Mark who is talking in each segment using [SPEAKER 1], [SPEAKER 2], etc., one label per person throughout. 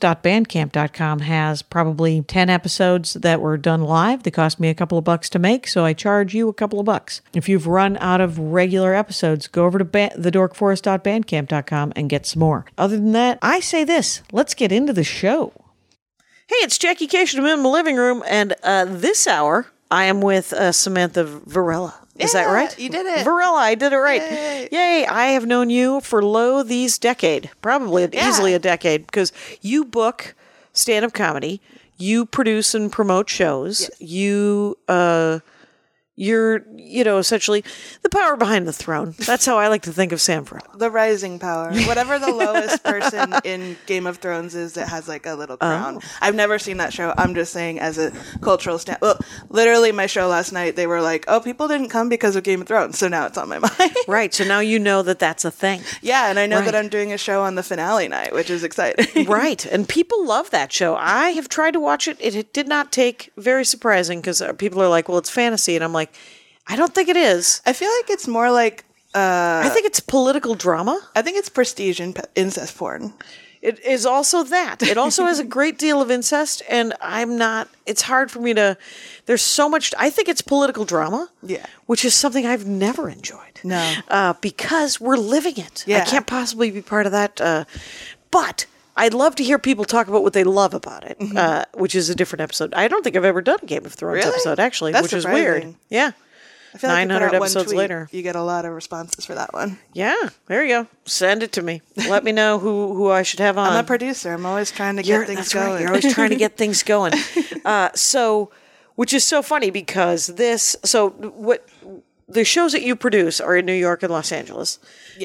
[SPEAKER 1] TheDorkForest.bandcamp.com has probably 10 episodes that were done live. They cost me a couple of bucks to make, so I charge you a couple of bucks. If you've run out of regular episodes, go over to ba- TheDorkForest.bandcamp.com and get some more. Other than that, I say this let's get into the show. Hey, it's Jackie Cation. I'm in my living room, and uh, this hour I am with uh, Samantha Varela. Is that
[SPEAKER 2] Yeah,
[SPEAKER 1] right?
[SPEAKER 2] you did it.
[SPEAKER 1] Varela, I did it right. Yay.
[SPEAKER 2] Yay.
[SPEAKER 1] I have known you for low these decade, probably easily a decade, because you book stand up comedy, you produce and promote shows, you. Uh, you're, you know, essentially the power behind the throne. That's how I like to think of Sam Varela.
[SPEAKER 2] The rising power. Whatever the lowest person in Game of Thrones is that has like a little
[SPEAKER 1] Oh.
[SPEAKER 2] crown. I've never seen that show. I'm just saying as a cultural stand. Well, literally my show last night, they were like, oh, people didn't come because of Game of Thrones. So now it's on my mind.
[SPEAKER 1] Right. So now you know that that's a thing.
[SPEAKER 2] yeah. And I know
[SPEAKER 1] Right.
[SPEAKER 2] that I'm doing a show on the finale night, which is exciting.
[SPEAKER 1] right and people love that show i have tried to watch it it, it did not take very surprising because people are like well it's fantasy and i'm like i don't think it is
[SPEAKER 2] I feel like it's more like, uh,
[SPEAKER 1] i think it's political drama
[SPEAKER 2] I think it's prestige and pe- incest porn.
[SPEAKER 1] it is also that it also has a great deal of incest and i'm not it's hard for me to there's so much i think it's political drama
[SPEAKER 2] Yeah.
[SPEAKER 1] which is something i've never enjoyed
[SPEAKER 2] No.
[SPEAKER 1] uh, because we're living it i
[SPEAKER 2] Yeah.
[SPEAKER 1] can't possibly be part of that uh, but I'd love to hear people talk about what they love about it, uh, which is a different episode. I don't think I've ever done a Game of Thrones
[SPEAKER 2] Mm-hmm. Really?
[SPEAKER 1] episode, actually,
[SPEAKER 2] That's
[SPEAKER 1] which is weird.
[SPEAKER 2] surprising.
[SPEAKER 1] Yeah.
[SPEAKER 2] I feel like you put
[SPEAKER 1] 900
[SPEAKER 2] out one
[SPEAKER 1] episodes
[SPEAKER 2] tweet,
[SPEAKER 1] later.
[SPEAKER 2] You get a lot of responses for that one.
[SPEAKER 1] Yeah. There you go. Send it to me. Let me know who, who I should have on.
[SPEAKER 2] I'm a producer. I'm always trying to
[SPEAKER 1] You're-
[SPEAKER 2] get things
[SPEAKER 1] that's
[SPEAKER 2] going.
[SPEAKER 1] Right. You're always trying to get things going. Uh, so, which is so funny because this, so what the shows that you produce are in New York and Los Angeles,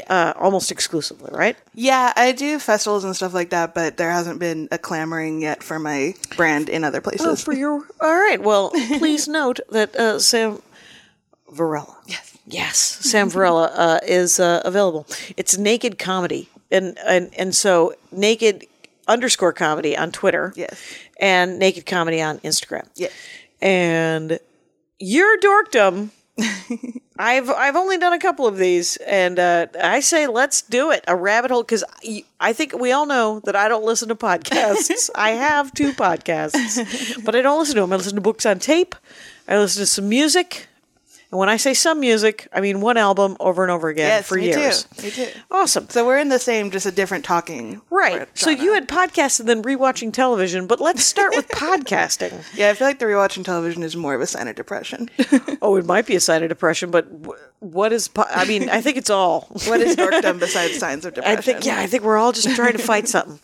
[SPEAKER 1] uh, almost exclusively, right?
[SPEAKER 2] Yeah, I do festivals and stuff like that, but there hasn't been a clamoring yet for my brand in other places.
[SPEAKER 1] Oh, for your all right. Well, please note that uh, Sam Varela. Yes. Yes, Sam Varela uh, is uh, available. It's Naked Comedy, and and and so Naked underscore Comedy on Twitter.
[SPEAKER 2] Yes.
[SPEAKER 1] And Naked Comedy on Instagram.
[SPEAKER 2] Yes.
[SPEAKER 1] And your dorkdom. I've I've only done a couple of these, and uh, I say let's do it a rabbit hole because I think we all know that I don't listen to podcasts. I have two podcasts, but I don't listen to them. I listen to books on tape. I listen to some music. And when I say some music, I mean one album over and over again
[SPEAKER 2] Yes,
[SPEAKER 1] for
[SPEAKER 2] me
[SPEAKER 1] years.
[SPEAKER 2] too. Me too.
[SPEAKER 1] Awesome.
[SPEAKER 2] So we're in the same, just a different talking.
[SPEAKER 1] Right.
[SPEAKER 2] word
[SPEAKER 1] So
[SPEAKER 2] genre.
[SPEAKER 1] you had podcasts and then rewatching television, but let's start with podcasting.
[SPEAKER 2] Yeah, I feel like the rewatching television is more of a sign of depression.
[SPEAKER 1] Oh, it might be a sign of depression, but wh- what is? Po- I mean, I think it's all.
[SPEAKER 2] what is dorkdom besides signs of
[SPEAKER 1] I
[SPEAKER 2] depression?
[SPEAKER 1] think yeah, I think we're all just trying to fight something.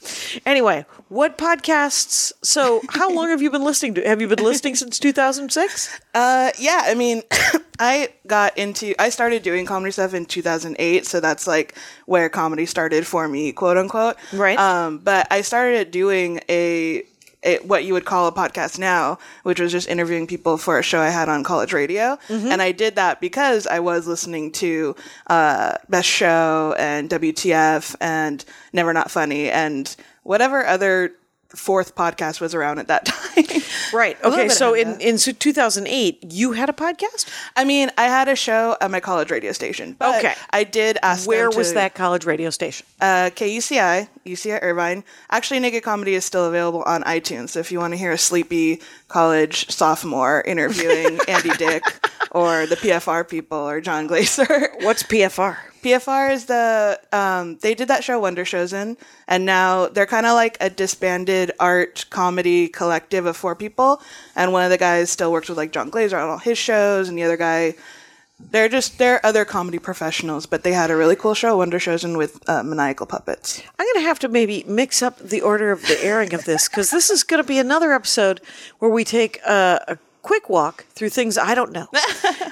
[SPEAKER 1] Anyway, what podcasts? So, how long have you been listening to? Have you been listening since 2006?
[SPEAKER 2] Uh, yeah, I mean, I got into, I started doing comedy stuff in 2008, so that's like where comedy started for me, quote unquote.
[SPEAKER 1] Right.
[SPEAKER 2] Um, but I started doing a, a, what you would call a podcast now, which was just interviewing people for a show I had on college radio.
[SPEAKER 1] Mm-hmm.
[SPEAKER 2] And I did that because I was listening to uh, Best Show and WTF and Never Not Funny and whatever other fourth podcast was around at that time.
[SPEAKER 1] Right.
[SPEAKER 2] A little
[SPEAKER 1] Okay.
[SPEAKER 2] bit
[SPEAKER 1] So
[SPEAKER 2] ahead of
[SPEAKER 1] in in so 2008, you had a podcast.
[SPEAKER 2] I mean, I had a show at my college radio station. But
[SPEAKER 1] Okay.
[SPEAKER 2] I did ask.
[SPEAKER 1] Where
[SPEAKER 2] them
[SPEAKER 1] was
[SPEAKER 2] to-
[SPEAKER 1] that college radio station?
[SPEAKER 2] Uh, KUCI, UCI Irvine. Actually, Naked Comedy is still available on iTunes. So if you want to hear a sleepy college sophomore interviewing Andy Dick or the PFR people or John Glaser,
[SPEAKER 1] What's PFR?
[SPEAKER 2] PFR is the um, they did that show Wonder Chosen, and now they're kind of like a disbanded art comedy collective of four people. And one of the guys still works with like John Glazer on all his shows, and the other guy, they're just they're other comedy professionals. But they had a really cool show Wonder Chosen with uh, maniacal puppets.
[SPEAKER 1] I'm going to have to maybe mix up the order of the airing of this because this is going to be another episode where we take a, a quick walk through things I don't know.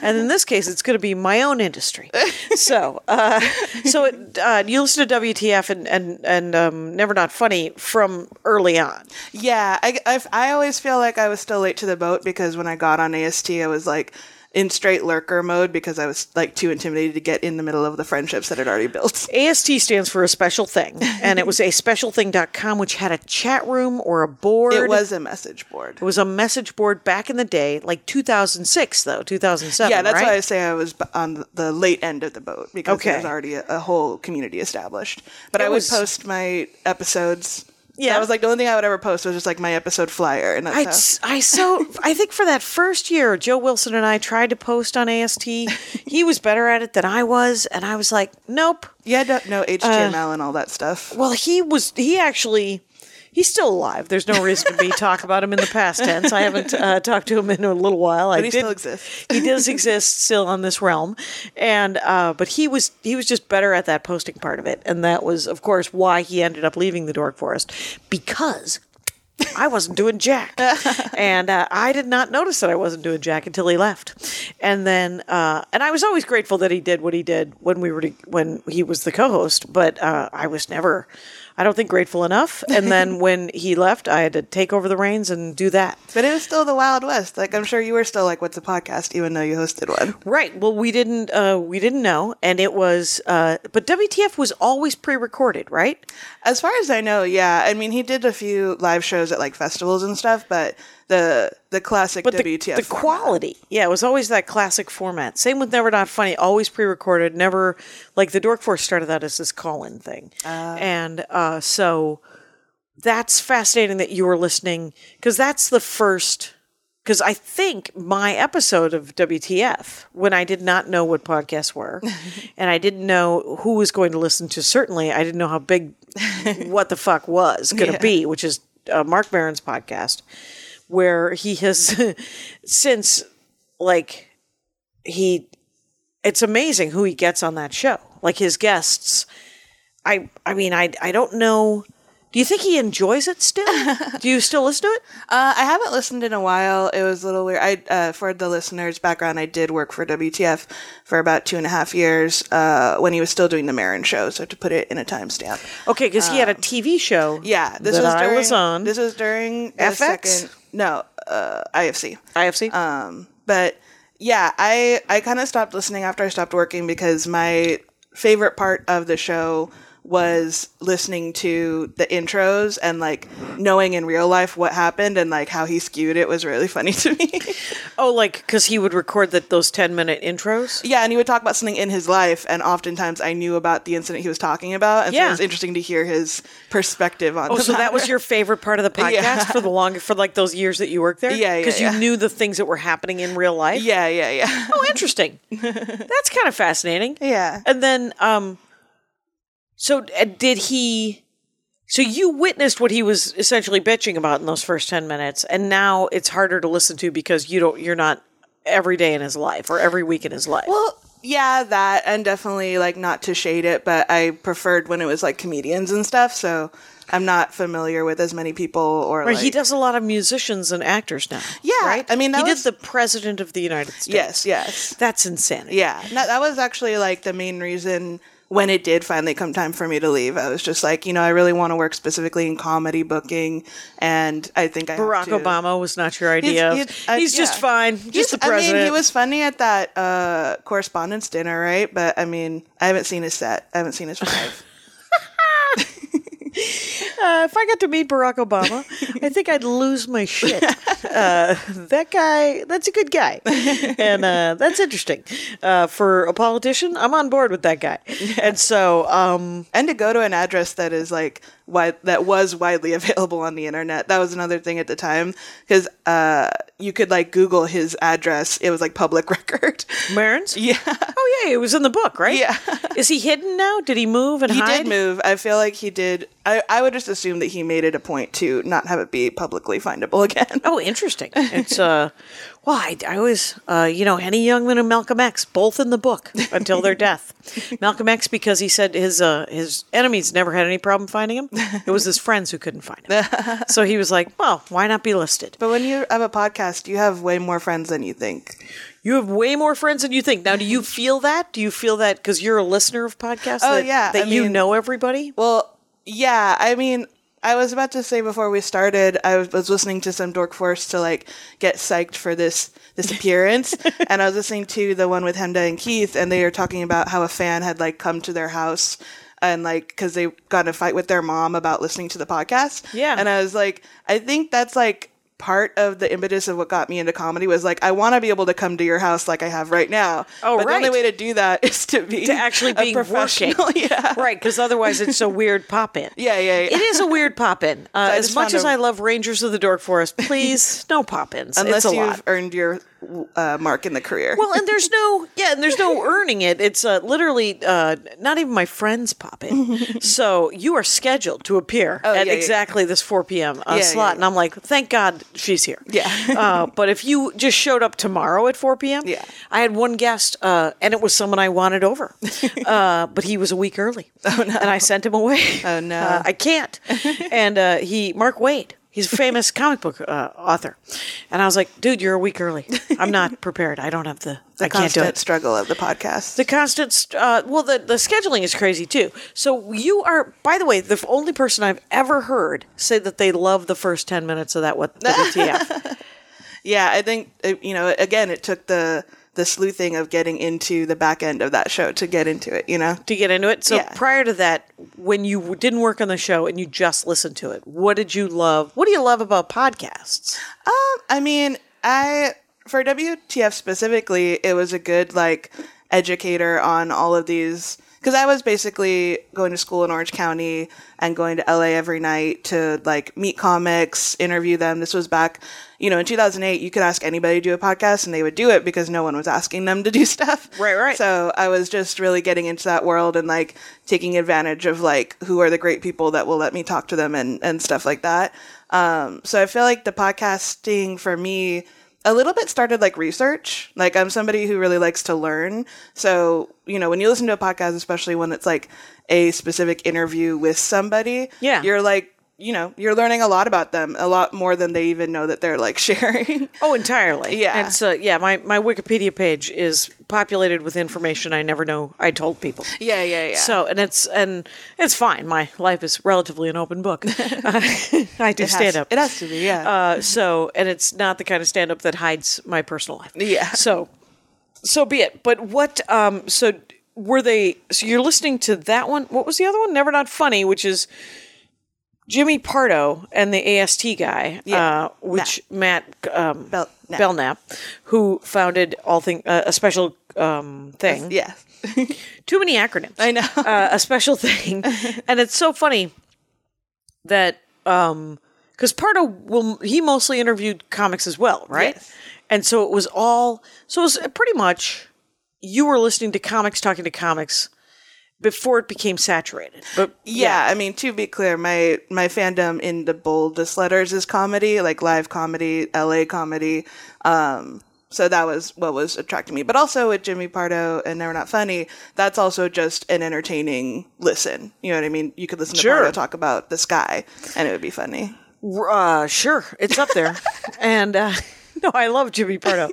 [SPEAKER 1] and in this case, it's going to be my own industry. So, uh, so it, uh, you listen to WTF and and and um, Never Not Funny from early on.
[SPEAKER 2] Yeah, I, I I always feel like I was still late to the boat because when I got on AST, I was like. In straight lurker mode because I was like too intimidated to get in the middle of the friendships that had already built.
[SPEAKER 1] AST stands for a special thing, and it was a specialthing.com, which had a chat room or a board.
[SPEAKER 2] It was a message board.
[SPEAKER 1] It was a message board back in the day, like 2006 though, 2007.
[SPEAKER 2] Yeah, that's
[SPEAKER 1] right?
[SPEAKER 2] why I say I was b- on the- the late end of the boat because
[SPEAKER 1] Okay.
[SPEAKER 2] there was already a, a whole community established. But
[SPEAKER 1] It
[SPEAKER 2] I would
[SPEAKER 1] was-
[SPEAKER 2] post my episodes.
[SPEAKER 1] Yeah.
[SPEAKER 2] that was like the only thing I would ever post was just like my episode flyer, and that's
[SPEAKER 1] I,
[SPEAKER 2] how-
[SPEAKER 1] s- I so I think for that first year, Joe Wilson and I tried to post on AST. He was better at it than I was, and I was like, nope.
[SPEAKER 2] you had to
[SPEAKER 1] Uh,
[SPEAKER 2] know HTML and all that stuff.
[SPEAKER 1] Well, he was. He actually. He's still alive. There's no reason to be talk about him in the past tense. I haven't uh, talked to him in a little while. I
[SPEAKER 2] But he still
[SPEAKER 1] did-
[SPEAKER 2] exists.
[SPEAKER 1] He does exist still on this realm, and uh, but he was he was just better at that posting part of it, and that was of course why he ended up leaving the Dork Forest because I wasn't doing jack, and uh, I did not notice that I wasn't doing jack until he left, and then uh, and I was always grateful that he did what he did when we were to, when he was the co-host, but uh, I was never, I don't think grateful enough, and then when he left, I had to take over the reins and do that.
[SPEAKER 2] But it was still the Wild West. Like I'm sure you were still like, "What's a podcast?" Even though you hosted one.
[SPEAKER 1] Right. Well, we didn't uh, we didn't know, and it was uh, but WTF was always pre-recorded, right?
[SPEAKER 2] As far as I know, yeah. I mean, he did a few live shows at like festivals and stuff, but the the classic
[SPEAKER 1] But the,
[SPEAKER 2] WTF
[SPEAKER 1] the
[SPEAKER 2] format.
[SPEAKER 1] quality, yeah, it was always that classic format. Same with Never Not Funny, always pre-recorded. Never like the Dork Force started out as this call-in thing,
[SPEAKER 2] Ah.
[SPEAKER 1] and uh, so that's fascinating that you were listening because that's the first. Because I think my episode of WTF, when I did not know what podcasts were, and I didn't know who was going to listen to, certainly I didn't know how big what the fuck was going to be, which is uh, Mark Maron's podcast, where he has since like he, it's amazing who he gets on that show. Like his guests, I I mean I I don't know. Do you think he enjoys it still? Do you still listen to it?
[SPEAKER 2] Uh, I haven't listened in a while. It was a little weird. I, uh, for the listeners' background, I did work for WTF for about two and a half years uh, when he was still doing the Marin show. So to put it in a timestamp,
[SPEAKER 1] Okay, because he had a TV show.
[SPEAKER 2] Um, yeah, this
[SPEAKER 1] that
[SPEAKER 2] was
[SPEAKER 1] I
[SPEAKER 2] during,
[SPEAKER 1] was on.
[SPEAKER 2] This was during the
[SPEAKER 1] FX?
[SPEAKER 2] second. No, uh, IFC.
[SPEAKER 1] IFC.
[SPEAKER 2] Um, but yeah, I I kind of stopped listening after I stopped working because my favorite part of the show was listening to the intros and like knowing in real life what happened and like how he skewed it was really funny to me.
[SPEAKER 1] Oh, like because he would record that those ten minute intros.
[SPEAKER 2] yeah, and he would talk about something in his life, and oftentimes I knew about the incident he was talking about, and so
[SPEAKER 1] Yeah.
[SPEAKER 2] it was interesting to hear his perspective on.
[SPEAKER 1] Oh,
[SPEAKER 2] the
[SPEAKER 1] so that was
[SPEAKER 2] matter.
[SPEAKER 1] your favorite part of the podcast
[SPEAKER 2] Yeah.
[SPEAKER 1] for the long for like those years that you worked there.
[SPEAKER 2] Yeah, yeah,
[SPEAKER 1] because you
[SPEAKER 2] yeah.
[SPEAKER 1] knew the things that were happening in real life.
[SPEAKER 2] yeah, yeah, yeah.
[SPEAKER 1] Oh, interesting. That's kind of fascinating.
[SPEAKER 2] Yeah.
[SPEAKER 1] And then, um, so uh, did he? So you witnessed what he was essentially bitching about in those first ten minutes, and now it's harder to listen to because you don't. You're not every day in his life or every week in his life.
[SPEAKER 2] Well, yeah, that, and definitely like not to shade it, but I preferred when it was like comedians and stuff. So I'm not familiar with as many people or
[SPEAKER 1] Right,
[SPEAKER 2] like,
[SPEAKER 1] he does a lot of musicians and actors now.
[SPEAKER 2] Yeah,
[SPEAKER 1] right.
[SPEAKER 2] I mean,
[SPEAKER 1] he
[SPEAKER 2] that was-
[SPEAKER 1] did the president of the United States.
[SPEAKER 2] Yes, yes,
[SPEAKER 1] that's insanity.
[SPEAKER 2] yeah. No, that was actually like the main reason when it did finally come time for me to leave. I was just like, you know, I really want to work specifically in comedy booking, and I think I have
[SPEAKER 1] Barack
[SPEAKER 2] to-
[SPEAKER 1] Obama was not your idea. He's,
[SPEAKER 2] uh,
[SPEAKER 1] just
[SPEAKER 2] yeah.
[SPEAKER 1] fine, just
[SPEAKER 2] He's-
[SPEAKER 1] the president.
[SPEAKER 2] I mean, he was funny at that uh, correspondence dinner, right? But I mean, I haven't seen his set. I haven't seen his live.
[SPEAKER 1] uh, if I got to meet Barack Obama, I think I'd lose my shit. Uh, that guy, that's a good guy, and uh, that's interesting uh, for a politician. I'm on board with that guy, and so um,
[SPEAKER 2] and to go to an address that is like wide that was widely available on the internet that was another thing at the time because uh you could like google his address it was like public record
[SPEAKER 1] Marins.
[SPEAKER 2] yeah
[SPEAKER 1] Oh yeah, it was in the book, right?
[SPEAKER 2] Yeah.
[SPEAKER 1] Is he hidden now? Did he move and
[SPEAKER 2] he
[SPEAKER 1] hide?
[SPEAKER 2] did move i feel like he did I, I would just assume that he made it a point to not have it be publicly findable again
[SPEAKER 1] Oh, interesting. It's uh, well, I, I always, uh, you know, Henny Youngman and Malcolm X, both in the book until their death. Malcolm X because he said his uh, his enemies never had any problem finding him. It was his friends who couldn't find him. so he was like, well, why not be listed?
[SPEAKER 2] but when you have a podcast you have way more friends than you think
[SPEAKER 1] You have way more friends than you think. Now, do you feel that? Do you feel that because you're a listener of podcasts?
[SPEAKER 2] Oh,
[SPEAKER 1] that,
[SPEAKER 2] yeah,
[SPEAKER 1] that
[SPEAKER 2] I
[SPEAKER 1] you
[SPEAKER 2] mean-
[SPEAKER 1] know everybody.
[SPEAKER 2] well yeah i mean I was about to say before we started, I was, was listening to some Dork Force to like get psyched for this this appearance, and I was listening to the one with Hemda and Keith, and they were talking about how a fan had like come to their house and like because they got in a fight with their mom about listening to the podcast.
[SPEAKER 1] Yeah.
[SPEAKER 2] and I was like, I think that's like part of the impetus of what got me into comedy was like I want to be able to come to your house like I have right now.
[SPEAKER 1] Oh,
[SPEAKER 2] but the only
[SPEAKER 1] right.
[SPEAKER 2] way to do that is to be
[SPEAKER 1] To actually
[SPEAKER 2] a
[SPEAKER 1] being working,
[SPEAKER 2] professional. Yeah,
[SPEAKER 1] right? Because otherwise, it's a weird pop in.
[SPEAKER 2] Yeah, yeah, yeah.
[SPEAKER 1] It is a weird pop in. Uh,
[SPEAKER 2] I
[SPEAKER 1] as
[SPEAKER 2] just
[SPEAKER 1] much
[SPEAKER 2] found
[SPEAKER 1] as
[SPEAKER 2] a-
[SPEAKER 1] I love Rangers of the Dork Forest, please no pop ins.
[SPEAKER 2] unless
[SPEAKER 1] it's a
[SPEAKER 2] you've
[SPEAKER 1] lot.
[SPEAKER 2] earned your uh, mark in the career.
[SPEAKER 1] Well, and there's no yeah, and there's no earning it. It's uh, literally uh, not even my friends pop in. so you are scheduled to appear at
[SPEAKER 2] Oh, yeah, yeah.
[SPEAKER 1] exactly this 4 p.m. Uh,
[SPEAKER 2] Yeah, yeah,
[SPEAKER 1] slot,
[SPEAKER 2] yeah.
[SPEAKER 1] and I'm like, thank God she's here.
[SPEAKER 2] Yeah.
[SPEAKER 1] uh, but if you just showed up tomorrow at 4 p.m.,
[SPEAKER 2] Yeah.
[SPEAKER 1] I had one guest, uh, and it was someone I wanted over, uh, but he was a week early, oh, no. and I sent him away.
[SPEAKER 2] Oh, no.
[SPEAKER 1] Uh, I can't. and uh, he, Mark Wade, he's a famous comic book uh, author, and I was like, dude, you're a week early. I'm not prepared. I don't have the. I can't do
[SPEAKER 2] constant
[SPEAKER 1] it.
[SPEAKER 2] struggle of the podcast.
[SPEAKER 1] The constant, st- uh, well, the, the scheduling is crazy too. So you are, by the way, the f- only person I've ever heard say that they love the first ten minutes of that what the WTF.
[SPEAKER 2] yeah, I think uh, you know. Again, it took the the sleuthing of getting into the back end of that show to get into it. You know,
[SPEAKER 1] to get into it. So
[SPEAKER 2] Yeah.
[SPEAKER 1] prior to that, when you w- didn't work on the show and you just listened to it, what did you love? What do you love about podcasts?
[SPEAKER 2] Um, I mean, I for WTF specifically, it was a good like educator on all of these because I was basically going to school in Orange County and going to LA every night to like meet comics, interview them. This was back, you know, in 2008, you could ask anybody to do a podcast and they would do it because no one was asking them to do stuff.
[SPEAKER 1] Right, right.
[SPEAKER 2] So Oh, I was just really getting into that world and like taking advantage of like who are the great people that will let me talk to them and, and stuff like that. Um, so I feel like the podcasting for me a little bit started like research. Like I'm somebody who really likes to learn. So, you know, when you listen to a podcast, especially when it's like a specific interview with somebody,
[SPEAKER 1] Yeah.
[SPEAKER 2] you're like, you know, you're learning a lot about them, a lot more than they even know that they're like sharing.
[SPEAKER 1] Oh, entirely.
[SPEAKER 2] Yeah.
[SPEAKER 1] And so, yeah, my, my Wikipedia page is populated with information I never know I told people.
[SPEAKER 2] yeah, yeah, yeah.
[SPEAKER 1] So, and it's and it's fine. My life is relatively an open book. I do
[SPEAKER 2] it has,
[SPEAKER 1] stand up.
[SPEAKER 2] It has to be, yeah.
[SPEAKER 1] Uh, so, and it's not the kind of stand up that hides my personal life.
[SPEAKER 2] Yeah.
[SPEAKER 1] So, so be it. But what? Um. So, were they? So you're listening to that one. What was the other one? Never Not Funny, which is Jimmy Pardo and the AST guy,
[SPEAKER 2] Yeah,
[SPEAKER 1] uh, which Matt, um,
[SPEAKER 2] Bel- Knapp.
[SPEAKER 1] Belknap, who founded all thing uh, a special um, thing.
[SPEAKER 2] Yeah.
[SPEAKER 1] Too many acronyms.
[SPEAKER 2] I know.
[SPEAKER 1] uh, a special thing, and it's so funny that um because Pardo will he mostly interviewed comics as well, right?
[SPEAKER 2] Yes.
[SPEAKER 1] And so it was all so it was uh, pretty much you were listening to comics talking to comics before it became saturated. But
[SPEAKER 2] yeah, I mean to be clear, my my fandom in the boldest letters is comedy, like live comedy, LA comedy. Um so that was what was attracting me. But also with Jimmy Pardo and Never Not Funny, that's also just an entertaining listen. You know what I mean? You could listen to
[SPEAKER 1] Sure.
[SPEAKER 2] Pardo talk about the sky and it would be funny.
[SPEAKER 1] uh, sure, it's up there. and uh, no, I love Jimmy Pardo.
[SPEAKER 2] No,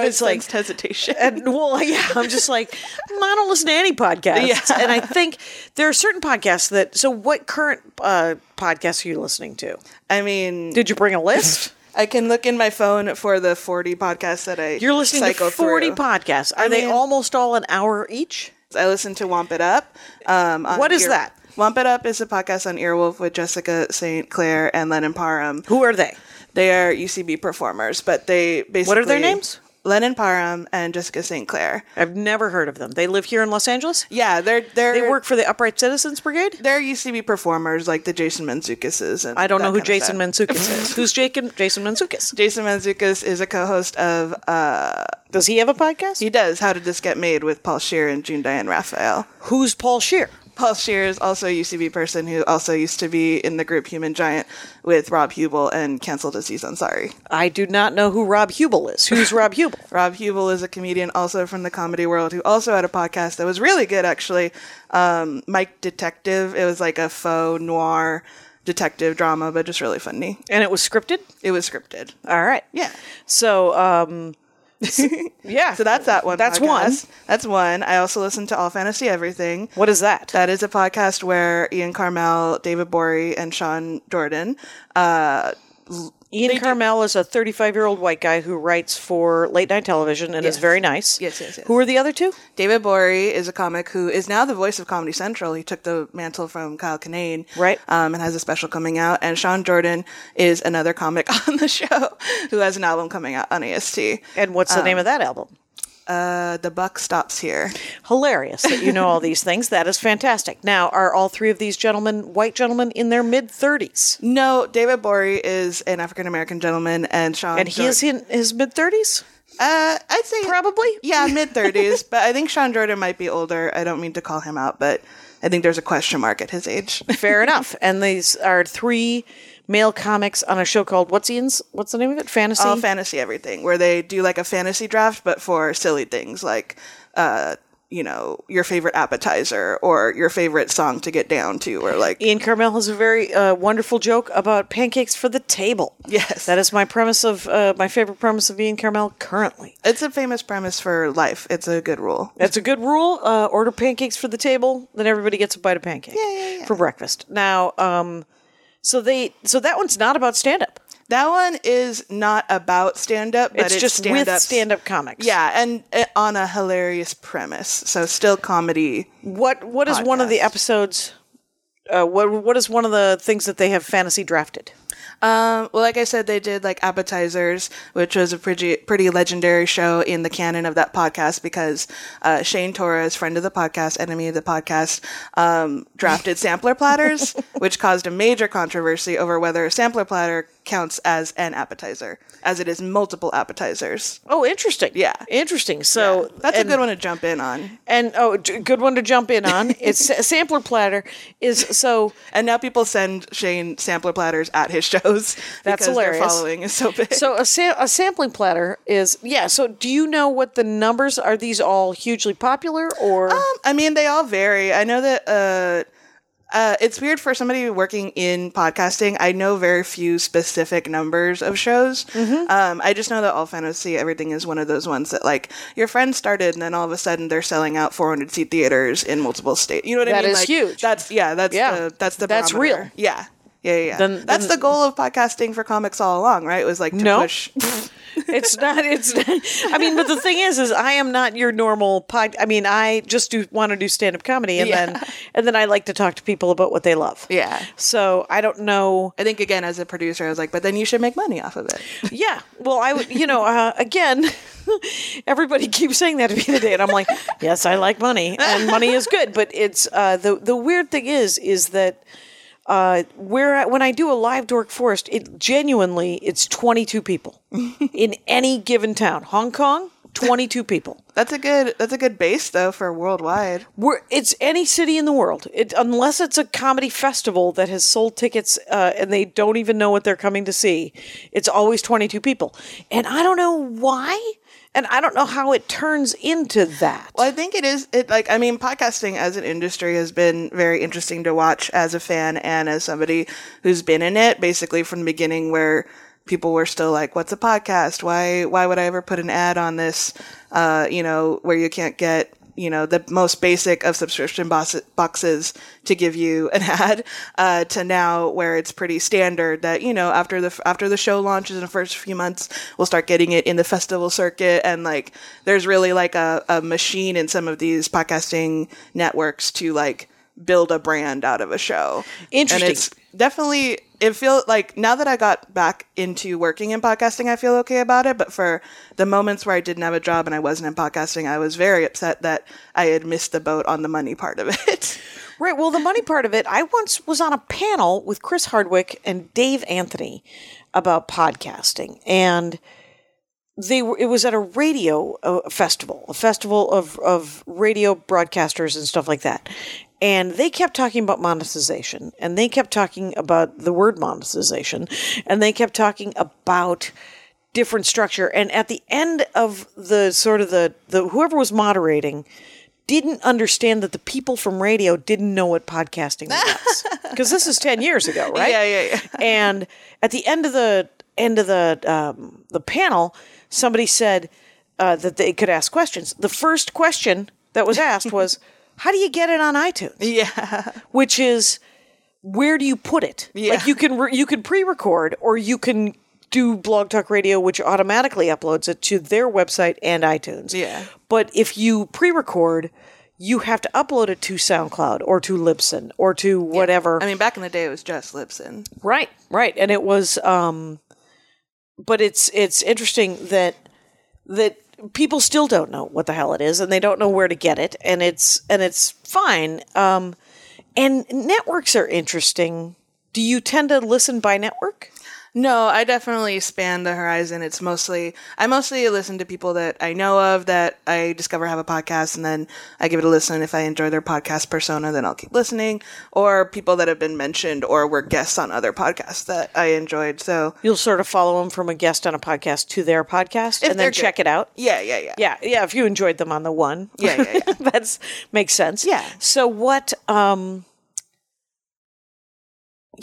[SPEAKER 1] But it's like
[SPEAKER 2] hesitation.
[SPEAKER 1] and well, yeah, I'm just like "Mm, I don't listen to any podcasts,
[SPEAKER 2] Yeah.
[SPEAKER 1] and I think there are certain podcasts that. So, what current uh, podcasts are you listening to?
[SPEAKER 2] I mean,
[SPEAKER 1] Did you bring a list?
[SPEAKER 2] I can look in my phone for the 40 podcasts that I
[SPEAKER 1] You're listening
[SPEAKER 2] cycle
[SPEAKER 1] to 40
[SPEAKER 2] through.
[SPEAKER 1] podcasts. Are they
[SPEAKER 2] mean-
[SPEAKER 1] almost all an hour each?
[SPEAKER 2] I listen to Womp It Up. Um, on
[SPEAKER 1] What is that?
[SPEAKER 2] Womp It Up is a podcast on Earwolf with Jessica St. Clair and Lennon Parham.
[SPEAKER 1] Who are they?
[SPEAKER 2] They are UCB performers, but they basically.
[SPEAKER 1] are their names?
[SPEAKER 2] Lennon Parham and Jessica St. Clair.
[SPEAKER 1] I've never heard of them. They live here in Los Angeles.
[SPEAKER 2] Yeah, they're they're
[SPEAKER 1] They work for the Upright Citizens Brigade.
[SPEAKER 2] they're UCB performers like the Jason Manzukases. And
[SPEAKER 1] I don't
[SPEAKER 2] that
[SPEAKER 1] know who
[SPEAKER 2] kind of
[SPEAKER 1] Jason
[SPEAKER 2] stuff.
[SPEAKER 1] Mantzoukas is. Who's Jacob, Jason Mantzoukas?
[SPEAKER 2] Jason Manzukas is a co-host of uh,
[SPEAKER 1] Does he have a podcast?
[SPEAKER 2] he does How Did This Get Made with Paul Shear and June Diane Raphael.
[SPEAKER 1] Who's Paul Shear?
[SPEAKER 2] Paul Shear is also a UCB person who also used to be in the group Human Giant with Rob Hubel and canceled his season. Sorry.
[SPEAKER 1] I do not know who Rob Hubel is. Who's Rob Hubel?
[SPEAKER 2] Rob Hubel is a comedian also from the comedy world who also had a podcast that was really good, actually. Um, Mike Detective. It was like a faux noir detective drama, but just really funny.
[SPEAKER 1] And it was scripted.
[SPEAKER 2] It was scripted.
[SPEAKER 1] All right.
[SPEAKER 2] Yeah.
[SPEAKER 1] So, um, s- yeah.
[SPEAKER 2] So that's that one.
[SPEAKER 1] That's one.
[SPEAKER 2] podcast. That's one. I also listen to All Fantasy Everything.
[SPEAKER 1] What is that?
[SPEAKER 2] That is a podcast where Ian Carmel, David Bory, and Sean Jordan uh,
[SPEAKER 1] Ian Carmel is a 35 year old white guy who writes for late night television and is
[SPEAKER 2] Yes.
[SPEAKER 1] very nice.
[SPEAKER 2] Yes, yes, yes.
[SPEAKER 1] Who are the other two?
[SPEAKER 2] David Bory is a comic who is now the voice of Comedy Central. He took the mantle from Kyle Kinane.
[SPEAKER 1] Right.
[SPEAKER 2] Um, and has a special coming out. And Sean Jordan is another comic on the show who has an album coming out on AST.
[SPEAKER 1] And what's
[SPEAKER 2] Um,
[SPEAKER 1] the name of that album?
[SPEAKER 2] Uh, the buck stops here.
[SPEAKER 1] Hilarious that you know all these things. That is fantastic. Now, are all three of these gentlemen, white gentlemen, in their mid 30s?
[SPEAKER 2] No, David Bory is an African American gentleman, and Sean.
[SPEAKER 1] And he is in his mid 30s?
[SPEAKER 2] Uh, I'd say
[SPEAKER 1] Probably.
[SPEAKER 2] Yeah, mid thirties. but I think Sean Jordan might be older. I don't mean to call him out, but I think there's a question mark at his age.
[SPEAKER 1] Fair enough. And these are three male comics on a show called What's Ian's? What's the name of it? Fantasy?
[SPEAKER 2] all fantasy everything where they do like a fantasy draft but for silly things like uh you know your favorite appetizer or your favorite song to get down to or like
[SPEAKER 1] Ian Carmel has a very uh, wonderful joke about pancakes for the table.
[SPEAKER 2] Yes.
[SPEAKER 1] that is my premise of uh, my favorite premise of Ian Carmel currently.
[SPEAKER 2] it's a famous premise for life it's a good rule
[SPEAKER 1] That's a good rule. Uh, order pancakes for the table, then everybody gets a bite of pancake
[SPEAKER 2] yeah, yeah.
[SPEAKER 1] for breakfast. Now, um, so they so that one's not about stand up.
[SPEAKER 2] that one is not about stand up but
[SPEAKER 1] It's
[SPEAKER 2] it's,
[SPEAKER 1] just with
[SPEAKER 2] stand-ups.
[SPEAKER 1] stand up comics.
[SPEAKER 2] yeah and uh, on a hilarious premise so still comedy
[SPEAKER 1] What what is one of the
[SPEAKER 2] Podcast.
[SPEAKER 1] episodes? Uh, what what is one of the things that they have fantasy drafted?
[SPEAKER 2] Um, well, like I said, they did like appetizers, which was a pretty pretty legendary show in the canon of that podcast because uh, Shane Torres, friend of the podcast, enemy of the podcast, um, drafted sampler platters, which caused a major controversy over whether a sampler platter counts as an appetizer, as it is multiple appetizers.
[SPEAKER 1] Oh, interesting.
[SPEAKER 2] Yeah.
[SPEAKER 1] interesting. So
[SPEAKER 2] That's
[SPEAKER 1] and-
[SPEAKER 2] a good one to jump in on.
[SPEAKER 1] And oh, d- good one to jump in on. It's a sampler platter is so
[SPEAKER 2] And now people send Shane sampler platters at his shows.
[SPEAKER 1] That's
[SPEAKER 2] because
[SPEAKER 1] hilarious.
[SPEAKER 2] Their following is so big.
[SPEAKER 1] so a, sa- a sampling platter is yeah. So do you know what the numbers are? These all hugely popular or
[SPEAKER 2] Um, I mean, they all vary. I know that uh, uh, it's weird for somebody working in podcasting. I know very few specific numbers of shows.
[SPEAKER 1] Mm-hmm.
[SPEAKER 2] Um, I just know that All Fantasy Everything is one of those ones that, like, your friend started, and then all of a sudden they're selling out 400 seat theaters in multiple states. You know what I
[SPEAKER 1] That
[SPEAKER 2] mean?
[SPEAKER 1] is
[SPEAKER 2] Like,
[SPEAKER 1] huge.
[SPEAKER 2] That's yeah. That's
[SPEAKER 1] Yeah.
[SPEAKER 2] The, that's the
[SPEAKER 1] That's
[SPEAKER 2] barometer.
[SPEAKER 1] real.
[SPEAKER 2] Yeah. Yeah, yeah. yeah.
[SPEAKER 1] Then-
[SPEAKER 2] That's
[SPEAKER 1] then-
[SPEAKER 2] the goal of podcasting for comics all along, right? It was like to
[SPEAKER 1] No.
[SPEAKER 2] push.
[SPEAKER 1] it's not it's not, i mean but the thing is is i am not your normal pod i mean i just do want to do stand-up comedy and then and then i like to talk to people about what they love
[SPEAKER 2] Yeah.
[SPEAKER 1] so i don't know
[SPEAKER 2] I think again as a producer, I was like, but then you should make money off of it.
[SPEAKER 1] yeah well i would you know uh, again everybody keeps saying that to me today and i'm like yes i like money and money is good but it's uh the the weird thing is is that uh, where I, when I do a live Dork Forest, it genuinely it's 22 people in any given town. Hong Kong, 22 people.
[SPEAKER 2] That's a good. That's a good base though for worldwide.
[SPEAKER 1] We're, it's any city in the world, it, unless it's a comedy festival that has sold tickets uh, and they don't even know what they're coming to see. It's always twenty two people, and I don't know why, and I don't know how it turns into that.
[SPEAKER 2] Well, I think it is. It like I mean, podcasting as an industry has been very interesting to watch as a fan and as somebody who's been in it basically from the beginning, where people were still like, "What's a podcast? Why? Why would I ever put an ad on this?" Uh, you know, where you can't get you know the most basic of subscription box- boxes to give you an ad uh, to now where it's pretty standard that you know after the after the show launches in the first few months we'll start getting it in the festival circuit and like there's really like a, a machine in some of these podcasting networks to like build a brand out of a show
[SPEAKER 1] Interesting.
[SPEAKER 2] and it's definitely it feel like now that I got back into working in podcasting, I feel okay about it. But for the moments where I didn't have a job and I wasn't in podcasting, I was very upset that I had missed the boat on the money part of it.
[SPEAKER 1] Right. Well, the money part of it, I once was on a panel with Chris Hardwick and Dave Anthony about podcasting, and they were. It was at a radio uh, festival, a festival of of radio broadcasters and stuff like that. And they kept talking about monetization, and they kept talking about the word monetization, and they kept talking about different structure. And at the end of the sort of the the whoever was moderating didn't understand that the people from radio didn't know what podcasting was because this is 10 years ago right
[SPEAKER 2] Yeah, yeah, yeah.
[SPEAKER 1] and at the end of the end of the um, the panel somebody said uh, that they could ask questions the first question that was asked was how do you get it on itunes
[SPEAKER 2] yeah.
[SPEAKER 1] which is where do you put it?
[SPEAKER 2] Yeah.
[SPEAKER 1] Like you can re- you can pre-record or you can do Blog Talk Radio, which automatically uploads it to their website and iTunes.
[SPEAKER 2] Yeah.
[SPEAKER 1] But if you pre-record, you have to upload it to SoundCloud or to Libsyn or to whatever.
[SPEAKER 2] I mean, back in the day, it was just Libsyn.
[SPEAKER 1] Right, right, and it was. um But it's it's interesting that that people still don't know what the hell it is, and they don't know where to get it, and it's and it's fine. Um, and networks are interesting. Do you tend to listen by network?
[SPEAKER 2] No, I definitely span the horizon. It's mostly I mostly listen to people that I know of that I discover have a podcast, and then I give it a listen. If I enjoy their podcast persona, then I'll keep listening. Or people that have been mentioned or were guests on other podcasts that I enjoyed. So
[SPEAKER 1] You'll sort of follow them from a guest on a podcast to their podcast, and then
[SPEAKER 2] they're good.
[SPEAKER 1] check it out.
[SPEAKER 2] yeah, yeah, yeah,
[SPEAKER 1] Yeah, yeah. If you enjoyed them on the one,
[SPEAKER 2] Yeah, yeah, yeah.
[SPEAKER 1] that's makes sense.
[SPEAKER 2] Yeah.
[SPEAKER 1] So what? um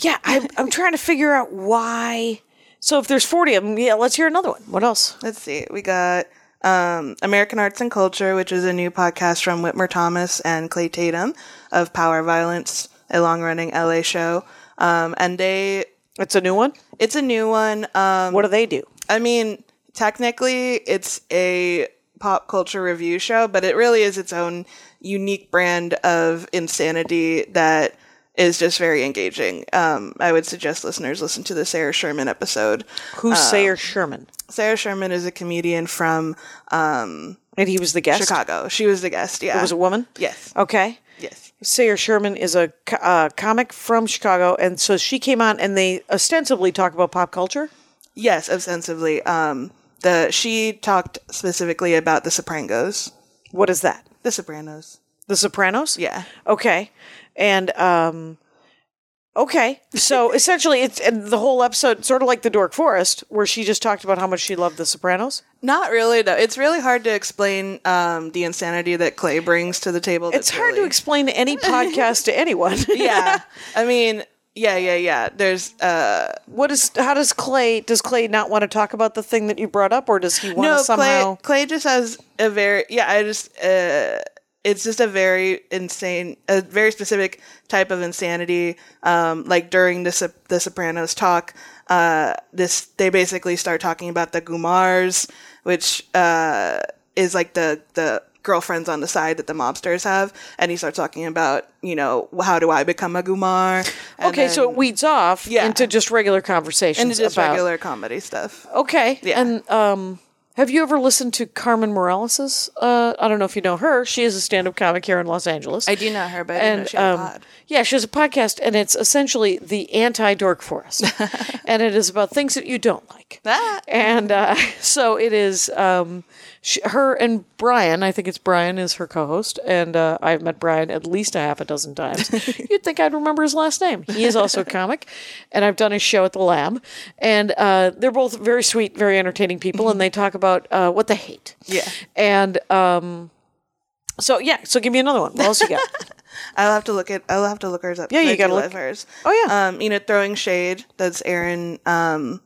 [SPEAKER 1] Yeah, I'm I'm trying to figure out why. So if there's forty of them, yeah, let's hear another one. What else?
[SPEAKER 2] Let's see. We got um, American Arts and Culture, which is a new podcast from Whitmer Thomas and Clay Tatum of Power Violence, a long-running LA show, um, and they.
[SPEAKER 1] It's a new one.
[SPEAKER 2] It's a new one. Um,
[SPEAKER 1] What do they do?
[SPEAKER 2] I mean, technically, it's a pop culture review show, but it really is its own unique brand of insanity that is just very engaging. Um, I would suggest listeners listen to the Sarah Sherman episode. uh,
[SPEAKER 1] Who's Sayer Sherman?
[SPEAKER 2] Sarah Sherman is a comedian from um,
[SPEAKER 1] And he was the guest.
[SPEAKER 2] Chicago. She was the guest. Yeah,
[SPEAKER 1] It was a woman.
[SPEAKER 2] Yes.
[SPEAKER 1] Okay.
[SPEAKER 2] Yes.
[SPEAKER 1] Sayer Sherman is a co- uh, comic from Chicago, and so she came on, and they ostensibly talk about pop culture.
[SPEAKER 2] Yes. Ostensibly, um, the she talked specifically about the Sopranos.
[SPEAKER 1] What is that?
[SPEAKER 2] The Sopranos.
[SPEAKER 1] The Sopranos?
[SPEAKER 2] Yeah.
[SPEAKER 1] Okay. And um okay. So essentially it's and the whole episode sort of like the Dork Forest where she just talked about how much she loved the Sopranos.
[SPEAKER 2] Not really, though. It's really hard to explain um, the insanity that Clay brings to the table.
[SPEAKER 1] It's hard to
[SPEAKER 2] explain.
[SPEAKER 1] explain any podcast to anyone.
[SPEAKER 2] yeah, I mean, yeah, yeah, yeah. There's uh,
[SPEAKER 1] what is how does Clay does Clay not want to talk about the thing that you brought up or does he want
[SPEAKER 2] no
[SPEAKER 1] to somehow
[SPEAKER 2] Clay. Clay just has a very yeah. I just uh, it's just a very insane, a very specific type of insanity. Um, like during the Sop- the Sopranos talk, uh, this they basically start talking about the Gumars, which uh, is like the the girlfriends on the side that the mobsters have, and he starts talking about you know how do I become a Gumar? And
[SPEAKER 1] Okay, so
[SPEAKER 2] then-
[SPEAKER 1] it weeds off
[SPEAKER 2] Yeah.
[SPEAKER 1] into just regular
[SPEAKER 2] and
[SPEAKER 1] conversations
[SPEAKER 2] it's just
[SPEAKER 1] about
[SPEAKER 2] regular comedy stuff.
[SPEAKER 1] Okay.
[SPEAKER 2] Yeah.
[SPEAKER 1] And um, have you ever listened to Carmen Morales? Uh, I don't know if you know her. She is a stand-up comic here in Los Angeles.
[SPEAKER 2] I do know her, but I didn't know
[SPEAKER 1] and
[SPEAKER 2] she had a
[SPEAKER 1] um,
[SPEAKER 2] pod.
[SPEAKER 1] yeah, she has a podcast, and it's essentially the anti-dork forest, and it is about things that you don't like.
[SPEAKER 2] Ah.
[SPEAKER 1] And uh, so it is. Um, she, her and Brian, I think it's Brian, is her co-host, and uh, I've met Brian at least a half a dozen times. You'd think I'd remember his last name. He is also a comic, and I've done his show at the lab, and uh, they're both very sweet, very entertaining people, and they talk about uh, what they hate.
[SPEAKER 2] Yeah.
[SPEAKER 1] And um, so yeah, so give me another one. What else you got?
[SPEAKER 2] I'll have to look at. I'll have to look hers up.
[SPEAKER 1] Yeah,
[SPEAKER 2] 'cause
[SPEAKER 1] you
[SPEAKER 2] I do
[SPEAKER 1] gotta look-
[SPEAKER 2] love hers.
[SPEAKER 1] Oh, yeah.
[SPEAKER 2] Um, you know, throwing shade. That's Aaron. Um,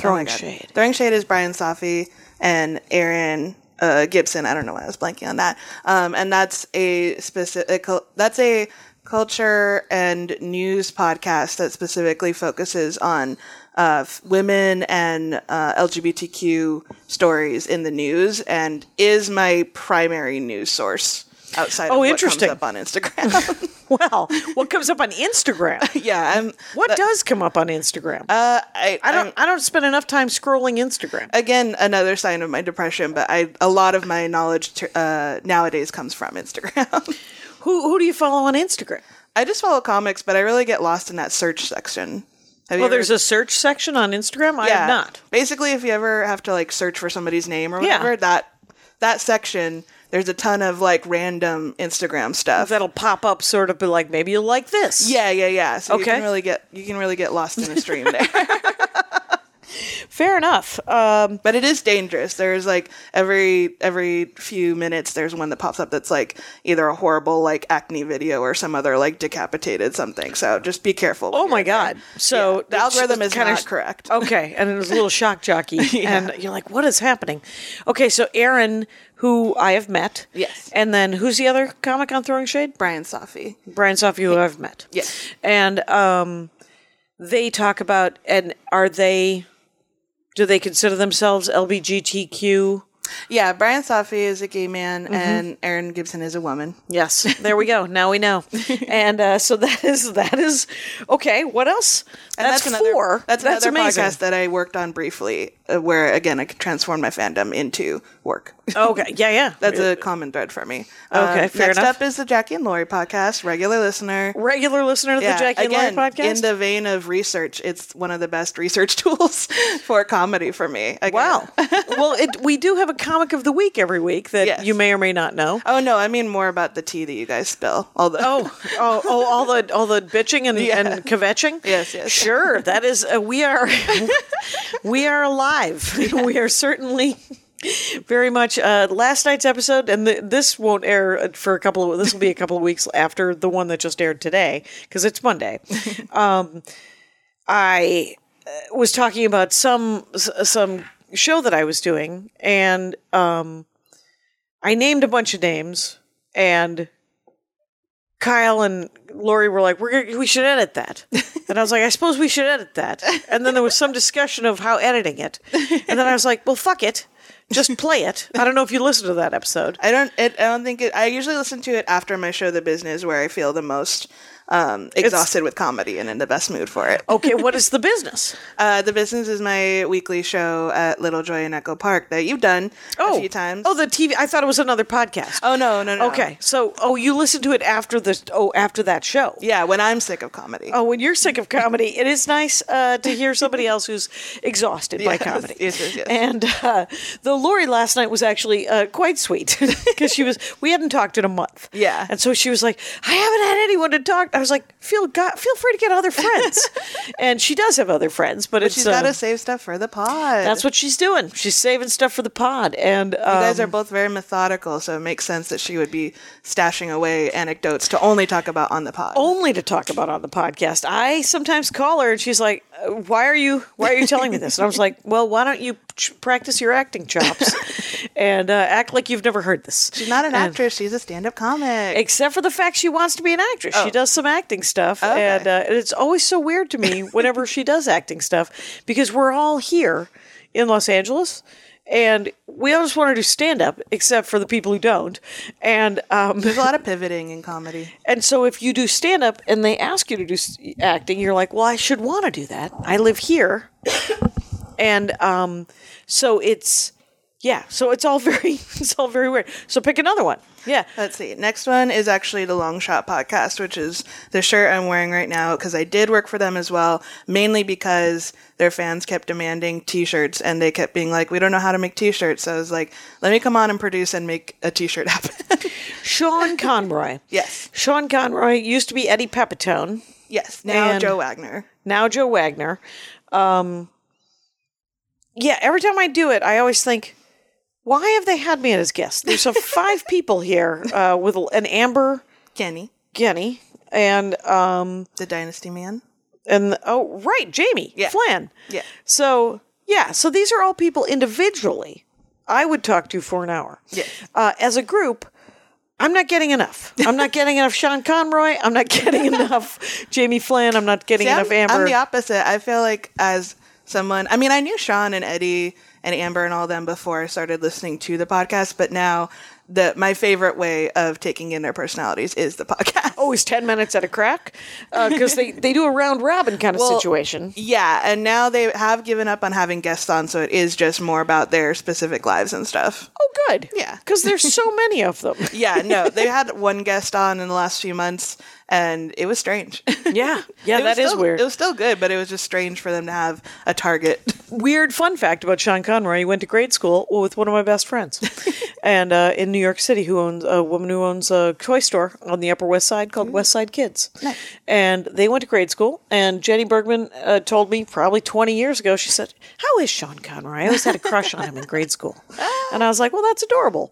[SPEAKER 1] Throwing
[SPEAKER 2] God.
[SPEAKER 1] shade.
[SPEAKER 2] Throwing shade is Brian Safi and Aaron uh, Gibson. I don't know why I was blanking on that. Um, and that's a specific. That's a culture and news podcast that specifically focuses on uh, f- women and uh, LGBTQ stories in the news, and is my primary news source outside
[SPEAKER 1] Oh,
[SPEAKER 2] of what
[SPEAKER 1] interesting.
[SPEAKER 2] comes up on Instagram.
[SPEAKER 1] Well, what comes up on Instagram?
[SPEAKER 2] Yeah, I'm.
[SPEAKER 1] What does come up on Instagram?
[SPEAKER 2] Uh, I,
[SPEAKER 1] I don't.
[SPEAKER 2] I'm- Uh,
[SPEAKER 1] I don't spend enough time scrolling Instagram.
[SPEAKER 2] again, another sign of my depression, but I a lot of my knowledge tr- uh, nowadays comes from Instagram.
[SPEAKER 1] Who Who do you follow on Instagram?
[SPEAKER 2] I just follow comics, but I really get lost in that search section. Have you
[SPEAKER 1] Well,
[SPEAKER 2] ever-
[SPEAKER 1] there's a search section on Instagram. I have not.
[SPEAKER 2] Basically, if you ever have to like search for somebody's name or
[SPEAKER 1] Yeah.
[SPEAKER 2] whatever, that that section there's a ton of like random Instagram stuff.
[SPEAKER 1] That'll pop up, sort of, be like maybe you like this.
[SPEAKER 2] yeah, yeah, yeah. So you
[SPEAKER 1] Okay.
[SPEAKER 2] can really get you can really get lost in a stream there.
[SPEAKER 1] fair enough. Um,
[SPEAKER 2] but it is dangerous. There's like every every few minutes there's one that pops up that's like either a horrible like acne video or some other like decapitated something. So just be careful. when
[SPEAKER 1] oh my
[SPEAKER 2] you're there.
[SPEAKER 1] god! So
[SPEAKER 2] Yeah, the algorithm is
[SPEAKER 1] kinda-
[SPEAKER 2] not correct.
[SPEAKER 1] Okay, and it was a little shock jockey, and you're like, "What is happening?" Okay, so Aaron, who I have met,
[SPEAKER 2] Yes.
[SPEAKER 1] and then who's the other comic on Throwing Shade?
[SPEAKER 2] Brian Safi.
[SPEAKER 1] Brian Soff, you I've met.
[SPEAKER 2] Yeah.
[SPEAKER 1] And um, they talk about, and are they, do they consider themselves LBGTQ?
[SPEAKER 2] Yeah, Brian Safi is a gay man
[SPEAKER 1] Mm-hmm.
[SPEAKER 2] and Aaron Gibson is a woman.
[SPEAKER 1] Yes. There we go. Now we know. and uh, so that is, that is, okay, what else?
[SPEAKER 2] And
[SPEAKER 1] that's
[SPEAKER 2] another,
[SPEAKER 1] four.
[SPEAKER 2] That's, another
[SPEAKER 1] amazing.
[SPEAKER 2] podcast that I worked on briefly, uh, where again I transformed my fandom into work.
[SPEAKER 1] okay. Yeah, yeah.
[SPEAKER 2] That's a common thread for me. Um,
[SPEAKER 1] Okay, fair
[SPEAKER 2] next
[SPEAKER 1] enough.
[SPEAKER 2] up is the Jackie and Laurie podcast. Regular listener,
[SPEAKER 1] regular listener to the Jackie
[SPEAKER 2] again,
[SPEAKER 1] and Laurie podcast.
[SPEAKER 2] In the vein of research, it's one of the best research tools for comedy for me. Again.
[SPEAKER 1] Wow. well, it, we do have a comic of the week every week that
[SPEAKER 2] Yes.
[SPEAKER 1] you may or may not know.
[SPEAKER 2] Oh no, I mean more about the tea that you guys spill. Although,
[SPEAKER 1] Oh, oh, oh! All the all the bitching and, and kvetching.
[SPEAKER 2] Yes, yes.
[SPEAKER 1] Sure, that is. Uh, we are, we are alive. We are certainly very much. Uh, last night's episode, and th- this won't air uh, for a couple of. This will be a couple of weeks after the one that just aired today because it's Monday. Um, I uh, was talking about some s- some show that I was doing, and um, I named a bunch of names and. Kyle and Lori were like, "We're gonna, we should edit that," and I was like, "I suppose we should edit that." And then there was some discussion of how editing it, and then I was like, "Well, fuck it, just play it." I don't know if you listened to that episode.
[SPEAKER 2] I don't. It, I don't think it. I usually listen to it after my show, The Business, where I feel the most um, exhausted with comedy and in the best mood for it.
[SPEAKER 1] Okay, what is the business?
[SPEAKER 2] Uh, the Business is my weekly show at Little Joy in Echo Park that you've done
[SPEAKER 1] Oh,
[SPEAKER 2] a few times.
[SPEAKER 1] Oh, the TV. I thought it was another podcast.
[SPEAKER 2] oh no, no, no.
[SPEAKER 1] okay. So, oh, you listened to it after the oh after that show.
[SPEAKER 2] Yeah, when I'm sick of comedy.
[SPEAKER 1] Oh, when you're sick of comedy, it is nice uh, to hear somebody else who's exhausted by
[SPEAKER 2] Yes,
[SPEAKER 1] comedy.
[SPEAKER 2] yes, yes, yes.
[SPEAKER 1] And uh, the Lori last night was actually uh, quite sweet because she was. We hadn't talked in a month.
[SPEAKER 2] Yeah.
[SPEAKER 1] and so she was like, "I haven't had anyone to talk." I was like, "Feel God, feel free to get other friends," and she does have other friends, but, it's
[SPEAKER 2] she's got
[SPEAKER 1] uh,
[SPEAKER 2] to save stuff for the pod.
[SPEAKER 1] that's what she's doing. She's saving stuff for the pod, and
[SPEAKER 2] You
[SPEAKER 1] um,
[SPEAKER 2] guys are both very methodical, so it makes sense that she would be stashing away anecdotes to only talk about on the pod.
[SPEAKER 1] only to talk about on the podcast. I sometimes call her and she's like, "Uh, "Why are you? Why are you telling me this?" And I was like, "Well, why don't you ch- practice your acting chops?" and uh, act like you've never heard this.
[SPEAKER 2] She's not an actress. She's a stand-up comic.
[SPEAKER 1] except for the fact she wants to be an actress. She does some acting stuff,
[SPEAKER 2] Oh. Okay.
[SPEAKER 1] and uh, and it's always so weird to me whenever she does acting stuff because we're all here in Los Angeles. And we all just want to do stand up, except for the people who don't. And um,
[SPEAKER 2] There's a lot of pivoting in comedy.
[SPEAKER 1] and so if you do stand up and they ask you to do s- acting, you're like, well, I should want to do that. I live here. and um, so it's, yeah, so it's all very, it's all very weird. So pick another one. Yeah.
[SPEAKER 2] Let's see. Next one is actually the Long Shot podcast, which is the shirt I'm wearing right now because I did work for them as well, mainly because their fans kept demanding t-shirts and they kept being like, "We don't know how to make t-shirts." So I was like, "Let me come on and produce and make a t-shirt happen."
[SPEAKER 1] Sean Conroy.
[SPEAKER 2] Yes.
[SPEAKER 1] Sean Conroy used to be Eddie Pepitone,
[SPEAKER 2] yes. Now
[SPEAKER 1] And-
[SPEAKER 2] Joe Wagner.
[SPEAKER 1] now Joe Wagner. Um, yeah, every time I do it, I always think, why have they had me as guest? There's a five people here uh, with an Amber
[SPEAKER 2] Kenny,
[SPEAKER 1] Guinea and um
[SPEAKER 2] the Dynasty Man.
[SPEAKER 1] and oh right Jamie
[SPEAKER 2] Yeah.
[SPEAKER 1] Flan.
[SPEAKER 2] Yeah.
[SPEAKER 1] So yeah, so these are all people individually I would talk to for an hour.
[SPEAKER 2] Yes.
[SPEAKER 1] Uh, as a group, I'm not getting enough. I'm not getting enough Sean Conroy. I'm not getting enough Jamie Flynn. I'm not getting
[SPEAKER 2] See,
[SPEAKER 1] enough
[SPEAKER 2] I'm,
[SPEAKER 1] Amber.
[SPEAKER 2] I'm the opposite. I feel like as someone, I mean, I knew Sean and Eddie and Amber and all them before I started listening to the podcast, but now the my favorite way of taking in their personalities is the podcast.
[SPEAKER 1] Always ten minutes at a crack because they they do a round robin kind of
[SPEAKER 2] Well,
[SPEAKER 1] situation.
[SPEAKER 2] Yeah, and now they have given up on having guests on, so it is just more about their specific lives and stuff.
[SPEAKER 1] Oh, good.
[SPEAKER 2] Yeah.
[SPEAKER 1] because there's so many of them.
[SPEAKER 2] Yeah, no, they had one guest on in the last few months, and it was strange.
[SPEAKER 1] Yeah, yeah,
[SPEAKER 2] It was
[SPEAKER 1] that is
[SPEAKER 2] still-
[SPEAKER 1] weird.
[SPEAKER 2] It was still good, but it was just strange for them to have a target.
[SPEAKER 1] weird fun fact about Sean Conroy. He went to grade school with one of my best friends, and uh, in New York City, who owns a woman who owns a toy store on the Upper West Side called West Side Kids. And they went to grade school. And Jenny Bergman uh, told me probably 20 years ago. She said, "How is Sean Conroy? I always had a crush on him in grade school." And I was like, "Well, that's adorable."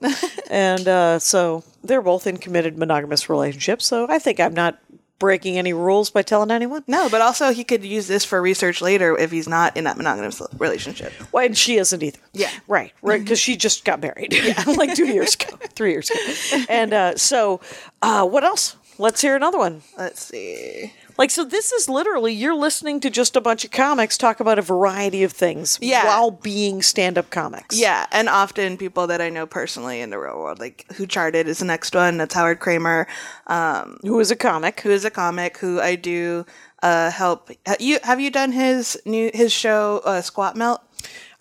[SPEAKER 1] and uh, so they're both in committed monogamous relationships. So I think I'm not breaking any rules by telling anyone.
[SPEAKER 2] No, but also he could use this for research later if he's not in that monogamous relationship.
[SPEAKER 1] Well, and she isn't either.
[SPEAKER 2] Yeah.
[SPEAKER 1] Right. Right. Because she just got married. like two years ago, three years ago. And uh, so, uh, what else? Let's hear another one.
[SPEAKER 2] Let's see.
[SPEAKER 1] Like, so this is literally you're listening to just a bunch of comics talk about a variety of things
[SPEAKER 2] Yeah.
[SPEAKER 1] while being stand up comics.
[SPEAKER 2] Yeah, and often people that I know personally in the real world, like Who Charted is the next one. That's Howard Kramer, um,
[SPEAKER 1] Who is a comic?
[SPEAKER 2] who is a comic who I do uh, help. ha- you have you done his new his show uh, Squat Melt?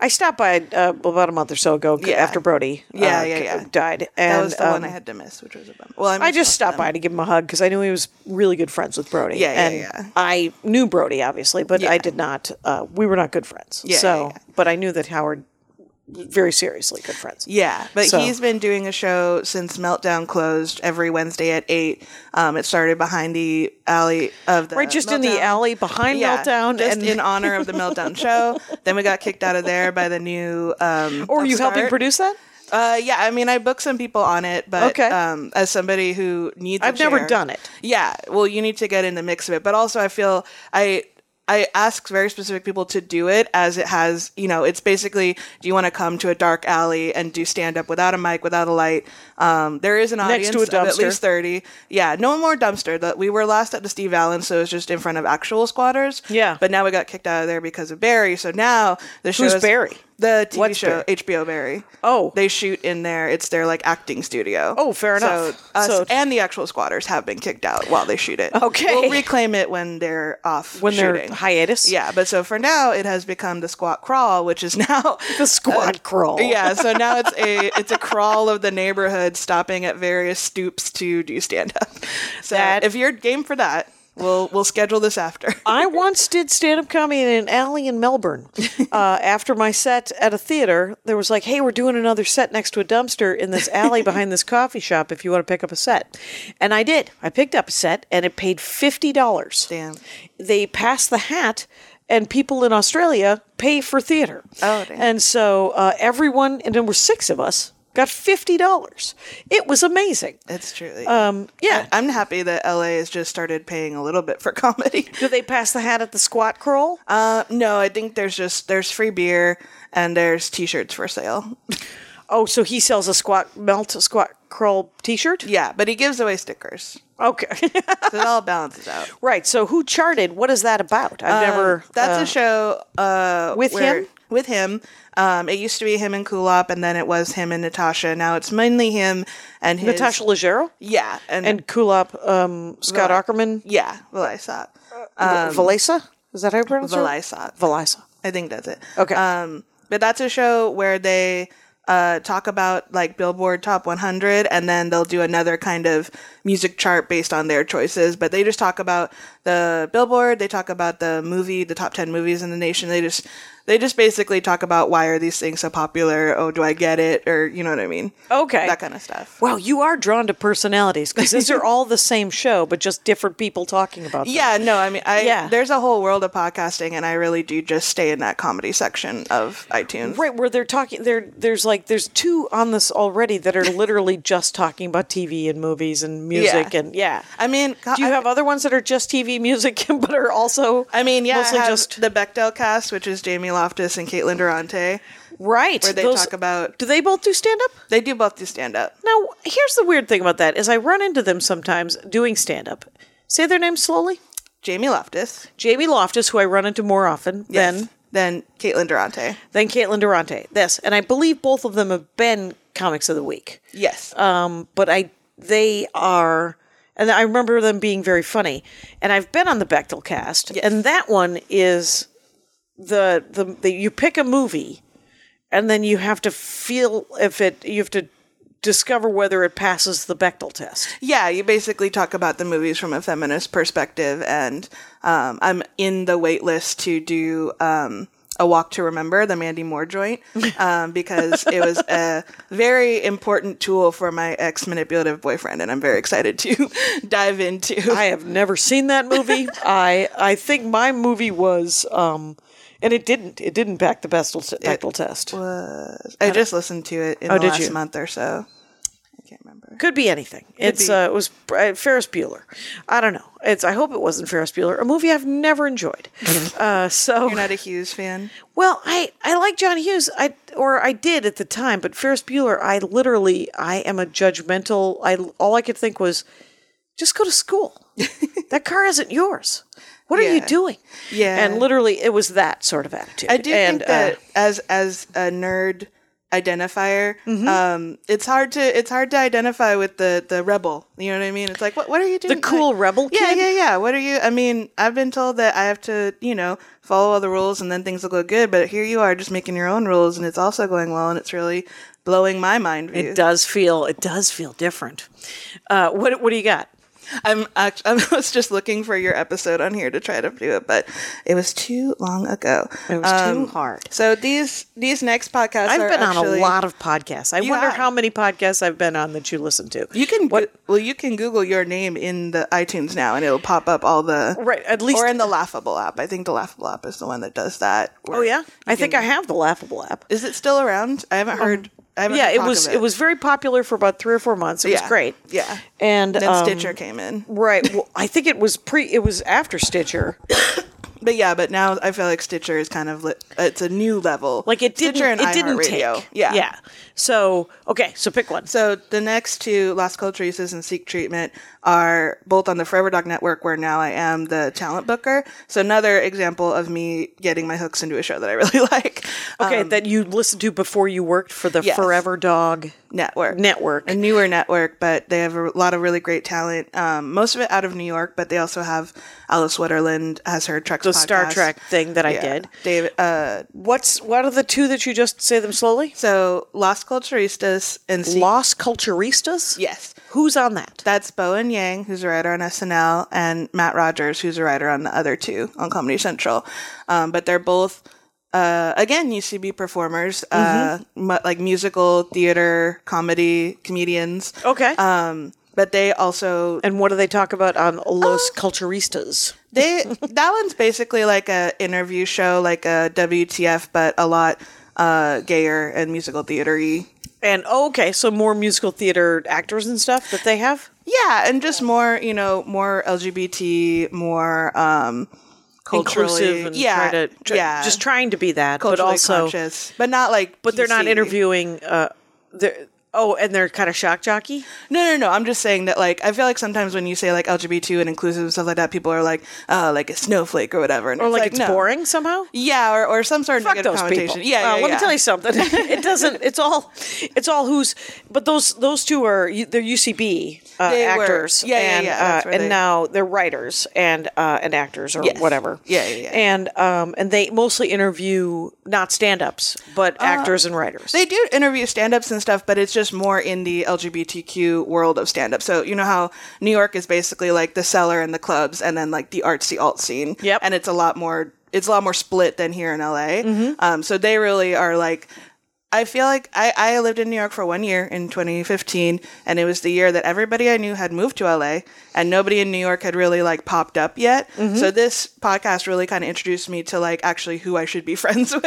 [SPEAKER 1] I stopped by uh, about a month or so ago c-
[SPEAKER 2] Yeah.
[SPEAKER 1] after Brody uh,
[SPEAKER 2] Yeah, yeah,
[SPEAKER 1] c-
[SPEAKER 2] yeah.
[SPEAKER 1] died. And,
[SPEAKER 2] That was the one
[SPEAKER 1] um,
[SPEAKER 2] I had to miss, which was a bummer. Well,
[SPEAKER 1] I just stopped
[SPEAKER 2] by.
[SPEAKER 1] by to give him a hug because I knew he was really good friends with Brody.
[SPEAKER 2] Yeah, yeah,
[SPEAKER 1] and
[SPEAKER 2] yeah.
[SPEAKER 1] I knew Brody obviously, but
[SPEAKER 2] Yeah.
[SPEAKER 1] I did not. Uh, we were not good friends.
[SPEAKER 2] Yeah,
[SPEAKER 1] so,
[SPEAKER 2] yeah, yeah.
[SPEAKER 1] but I knew that Howard was very seriously good friends.
[SPEAKER 2] Yeah, but
[SPEAKER 1] So-
[SPEAKER 2] he's been doing a show since Meltdown closed every Wednesday at eight. Um, it started behind the alley of the
[SPEAKER 1] Right, just in the
[SPEAKER 2] Meltdown.
[SPEAKER 1] alley behind Meltdown
[SPEAKER 2] just
[SPEAKER 1] and-
[SPEAKER 2] in honor of the Meltdown show. Then we got kicked out of there by the new. Um,
[SPEAKER 1] Or were you
[SPEAKER 2] upstart.
[SPEAKER 1] helping produce that?
[SPEAKER 2] Uh, yeah, I mean, I booked some people on it, but
[SPEAKER 1] Okay.
[SPEAKER 2] um, as somebody who needs, a
[SPEAKER 1] I've never
[SPEAKER 2] chair-
[SPEAKER 1] done it.
[SPEAKER 2] Yeah, well, you need to get in the mix of it, but also I feel I. I ask very specific people to do it as it has, you know, it's basically do you want to come to a dark alley and do stand up without a mic, without a light? Um, there is an audience
[SPEAKER 1] Next to a
[SPEAKER 2] of at
[SPEAKER 1] dumpster.
[SPEAKER 2] least 30. Yeah, no more dumpster. The, we were last at the Steve Allen, so it was just in front of actual squatters.
[SPEAKER 1] Yeah.
[SPEAKER 2] But now we got kicked out of there because of Barry. So now the show
[SPEAKER 1] Who's
[SPEAKER 2] is-
[SPEAKER 1] Barry?
[SPEAKER 2] The TV
[SPEAKER 1] What's
[SPEAKER 2] show,
[SPEAKER 1] Barry?
[SPEAKER 2] HBO Barry.
[SPEAKER 1] Oh.
[SPEAKER 2] They shoot in there. It's their like acting studio.
[SPEAKER 1] Oh, fair enough.
[SPEAKER 2] So us
[SPEAKER 1] So-
[SPEAKER 2] and the actual squatters have been kicked out while they shoot it.
[SPEAKER 1] Okay.
[SPEAKER 2] We'll reclaim it when they're off
[SPEAKER 1] When they're
[SPEAKER 2] shooting.
[SPEAKER 1] hiatus?
[SPEAKER 2] Yeah, but so for now it has become the squat crawl, which is now
[SPEAKER 1] The squad crawl.
[SPEAKER 2] Uh, Yeah, so now it's a it's a crawl of the neighborhood stopping at various stoops to do stand up. So
[SPEAKER 1] That-
[SPEAKER 2] if you're game for that, we'll we'll schedule this after.
[SPEAKER 1] I once did stand up comedy in an alley in Melbourne. Uh, after my set at a theater, there was like, hey, we're doing another set next to a dumpster in this alley behind this coffee shop if you want to pick up a set. And I did. I picked up a set and it paid $50.
[SPEAKER 2] Damn.
[SPEAKER 1] They passed the hat. And people in Australia pay for theater.
[SPEAKER 2] Oh, damn.
[SPEAKER 1] And so uh, everyone, and there were six of us, got $50. It was amazing.
[SPEAKER 2] It's truly
[SPEAKER 1] Um, yeah.
[SPEAKER 2] I'm happy that LA has just started paying a little bit for comedy.
[SPEAKER 1] Do they pass the hat at the squat crawl?
[SPEAKER 2] Uh, no, I think there's just there's free beer and there's t-shirts for sale.
[SPEAKER 1] Oh, so he sells a squat melt, a squat curl T-shirt.
[SPEAKER 2] Yeah, but he gives away stickers.
[SPEAKER 1] Okay.
[SPEAKER 2] So it all balances out.
[SPEAKER 1] right. So who charted? What is that about? I've never.
[SPEAKER 2] That's
[SPEAKER 1] uh,
[SPEAKER 2] a show uh,
[SPEAKER 1] with
[SPEAKER 2] where-
[SPEAKER 1] him?
[SPEAKER 2] With him. Um, it used to be him and Kulop, and then it was him and Natasha. Now it's mainly him and his,
[SPEAKER 1] Natasha Leggero
[SPEAKER 2] Yeah, and,
[SPEAKER 1] and Kulop um, Scott
[SPEAKER 2] Vel-
[SPEAKER 1] Ackerman.
[SPEAKER 2] yeah, Valisa.
[SPEAKER 1] Um, Valesa. Is that how you pronounce
[SPEAKER 2] Valisa.
[SPEAKER 1] it? Valesa.
[SPEAKER 2] I think that's it.
[SPEAKER 1] Okay.
[SPEAKER 2] Um, but that's a show where they uh, talk about like Billboard Top 100, and then they'll do another kind of music chart based on their choices. But they just talk about the Billboard. They talk about the movie, the top 10 movies in the nation. They just they just basically talk about why are these things so popular? Oh, do I get it? Or you know what I mean?
[SPEAKER 1] Okay.
[SPEAKER 2] that kind of stuff.
[SPEAKER 1] Wow, you are drawn to personalities because these are all the same show, but just different people talking about them.
[SPEAKER 2] Yeah, no, I mean, I
[SPEAKER 1] Yeah.
[SPEAKER 2] there's a whole world of podcasting, and I really do just stay in that comedy section of iTunes.
[SPEAKER 1] Right, where they're talking there there's like there's two on this already that are literally just talking about TV and movies and music and yeah.
[SPEAKER 2] I mean,
[SPEAKER 1] Do you
[SPEAKER 2] I-
[SPEAKER 1] have other ones that are just TV music but are also
[SPEAKER 2] I mean, yeah,
[SPEAKER 1] mostly
[SPEAKER 2] I have
[SPEAKER 1] just
[SPEAKER 2] the Bechdel cast, which is Jamie Loftus and Caitlin Durante.
[SPEAKER 1] right
[SPEAKER 2] where they talk about-
[SPEAKER 1] Do they both do stand up?
[SPEAKER 2] They do both do stand up.
[SPEAKER 1] Now, here's the weird thing about that is I run into them sometimes doing stand up. Say their names slowly.
[SPEAKER 2] Jamie Loftus,
[SPEAKER 1] Jamie Loftus, who I run into more often than
[SPEAKER 2] then Caitlin Durante.
[SPEAKER 1] than Caitlin Durante. This, and I believe both of them have been comics of the week.
[SPEAKER 2] Yes,
[SPEAKER 1] Um, but I, they are, and I remember them being very funny. And I've been on the Bechtel cast, and that one is the, the the you pick a movie, and then you have to feel if it you have to discover whether it passes the Bechtel test.
[SPEAKER 2] yeah. You basically talk about the movies from a feminist perspective, and um, I'm in the wait list to do um, a walk to remember the Mandy Moore joint um, because it was a very important tool for my ex manipulative boyfriend, and I'm very excited to dive into.
[SPEAKER 1] I have never seen that movie. I I think my movie was um and it didn't it didn't back the Bechtel, Bechtel test.
[SPEAKER 2] I just listened to it in the
[SPEAKER 1] did
[SPEAKER 2] last
[SPEAKER 1] you?
[SPEAKER 2] month or so. I can't remember.
[SPEAKER 1] Could be anything. it's
[SPEAKER 2] be.
[SPEAKER 1] uh, it was uh, Ferris Bueller. I don't know. It's I hope it wasn't Ferris Bueller. A movie I've never enjoyed. uh, so
[SPEAKER 2] You're not a Hughes fan.
[SPEAKER 1] well, I I like John Hughes. I or I did at the time, but Ferris Bueller. I literally I am a judgmental. I all I could think was just go to school. that car isn't yours. What are you
[SPEAKER 2] Yeah.
[SPEAKER 1] doing?
[SPEAKER 2] Yeah.
[SPEAKER 1] and literally it was that sort of attitude.
[SPEAKER 2] I do
[SPEAKER 1] and,
[SPEAKER 2] think that
[SPEAKER 1] uh,
[SPEAKER 2] as as a nerd identifier, um, it's hard to it's hard to identify with the the rebel. You know what I mean? It's like what what are you doing? Like-
[SPEAKER 1] cool rebel
[SPEAKER 2] Yeah,
[SPEAKER 1] kid?
[SPEAKER 2] yeah, yeah. What are you? I mean, I've been told that I have to you know follow all the rules and then things will go good. But here you are just making your own rules and it's also going well and it's really blowing my mind.
[SPEAKER 1] it does feel it does feel different. Uh, what what do you got?
[SPEAKER 2] I'm act- I was just looking for your episode on here to try to do it, but it was too long ago. Um,
[SPEAKER 1] It was too hard.
[SPEAKER 2] So these these next podcasts
[SPEAKER 1] I've
[SPEAKER 2] are
[SPEAKER 1] been on
[SPEAKER 2] actually-
[SPEAKER 1] a lot of podcasts. I wonder
[SPEAKER 2] have.
[SPEAKER 1] how many podcasts I've been on that you listen to.
[SPEAKER 2] You can
[SPEAKER 1] What-
[SPEAKER 2] what? well, you can Google your name in the iTunes now, and it'll pop up all the
[SPEAKER 1] Right, at least-
[SPEAKER 2] or in the Laughable app. I think the Laughable app is the one that does that.
[SPEAKER 1] oh yeah, I think I have the laughable app.
[SPEAKER 2] Is it still around? I haven't heard. I haven't
[SPEAKER 1] Yeah,
[SPEAKER 2] heard
[SPEAKER 1] it
[SPEAKER 2] talk
[SPEAKER 1] was
[SPEAKER 2] of
[SPEAKER 1] it. was very popular for about three or four months. It
[SPEAKER 2] Yeah,
[SPEAKER 1] was great.
[SPEAKER 2] yeah.
[SPEAKER 1] and
[SPEAKER 2] Then
[SPEAKER 1] um,
[SPEAKER 2] Stitcher came in,
[SPEAKER 1] Right. Well, I think it was pre. It was after Stitcher.
[SPEAKER 2] but yeah, but now I feel like Stitcher is kind of lit, it's a new level.
[SPEAKER 1] Like it didn't.
[SPEAKER 2] Stitcher and
[SPEAKER 1] it didn't
[SPEAKER 2] iHeartRadio.
[SPEAKER 1] take.
[SPEAKER 2] Yeah,
[SPEAKER 1] Yeah. So okay. So pick one.
[SPEAKER 2] So the next two, Las Culturistas and Seek Treatment, are both on the Forever Dog Network, where now I am the talent booker. So another example of me getting my hooks into a show that I really like.
[SPEAKER 1] okay,
[SPEAKER 2] Um,
[SPEAKER 1] that you listened to before you worked for the
[SPEAKER 2] Yes.
[SPEAKER 1] Forever Dog
[SPEAKER 2] network.
[SPEAKER 1] Network.
[SPEAKER 2] A newer network, but they have a lot of really great talent. Um, most of it out of New York, but they also have Alice Wetterland has her Trek
[SPEAKER 1] the Star Trek thing that I did.
[SPEAKER 2] David, uh,
[SPEAKER 1] What's what are the two that you just say them slowly?
[SPEAKER 2] so Las Culturistas and Seek.
[SPEAKER 1] Los Culturistas.
[SPEAKER 2] yes.
[SPEAKER 1] Who's on that?
[SPEAKER 2] That's Bowen Yang, who's a writer on SNL, and Matt Rogers, who's a writer on the other two on Comedy Central. Um, but they're both, uh, again, UCB performers, uh,
[SPEAKER 1] Mm-hmm.
[SPEAKER 2] mu- like musical, theater, comedy comedians.
[SPEAKER 1] Okay.
[SPEAKER 2] Um, but they also
[SPEAKER 1] Uh, and what do they talk about on Los Culturistas?
[SPEAKER 2] they that one's basically like a interview show, like a WTF, but a lot uh, gayer and musical theatery.
[SPEAKER 1] And oh, okay, so more musical theater actors and stuff that they have.
[SPEAKER 2] Yeah, and just more, you know, more LGBT, more um culturally
[SPEAKER 1] Inclusive and
[SPEAKER 2] yeah,
[SPEAKER 1] try to, try-
[SPEAKER 2] yeah,
[SPEAKER 1] just trying to be that, but
[SPEAKER 2] culturally
[SPEAKER 1] also,
[SPEAKER 2] conscious, but not like
[SPEAKER 1] but they're not
[SPEAKER 2] PC.
[SPEAKER 1] interviewing. Uh, they're, oh, and they're kind of shock jockey.
[SPEAKER 2] No, no, no. I'm just saying that, like, I feel like sometimes when you say like LGBT and inclusive and stuff like that, people are like, uh, like a snowflake or whatever, and
[SPEAKER 1] or like,
[SPEAKER 2] like
[SPEAKER 1] it's
[SPEAKER 2] no.
[SPEAKER 1] boring somehow.
[SPEAKER 2] Yeah, or, or some sort of
[SPEAKER 1] Fuck
[SPEAKER 2] negative
[SPEAKER 1] those
[SPEAKER 2] connotation.
[SPEAKER 1] people.
[SPEAKER 2] Yeah,
[SPEAKER 1] Uh, let
[SPEAKER 2] yeah, yeah.
[SPEAKER 1] me tell you something. It doesn't. It's all. It's all who's. But those those two are they're UCB uh,
[SPEAKER 2] They were.
[SPEAKER 1] actors.
[SPEAKER 2] Yeah, yeah,
[SPEAKER 1] and,
[SPEAKER 2] yeah, that's
[SPEAKER 1] Uh,
[SPEAKER 2] where
[SPEAKER 1] and
[SPEAKER 2] they-
[SPEAKER 1] now they're writers and uh, and actors or
[SPEAKER 2] Yes.
[SPEAKER 1] whatever.
[SPEAKER 2] Yeah, yeah, yeah.
[SPEAKER 1] And um and they mostly interview not stand ups but actors and writers.
[SPEAKER 2] Uh, They do interview stand ups and stuff, but it's just more in the LGBTQ world of stand up. So, you know how New York is basically like the cellar and the clubs and then like the artsy alt scene.
[SPEAKER 1] Yep.
[SPEAKER 2] And it's a lot more, it's a lot more split than here in LA.
[SPEAKER 1] Mm-hmm.
[SPEAKER 2] Um, so they really are like, I feel like I, I lived in New York for one year in 2015, and it was the year that everybody I knew had moved to LA, and nobody in New York had really like popped up yet.
[SPEAKER 1] Mm-hmm.
[SPEAKER 2] So this podcast really kind of introduced me to like actually who I should be friends with,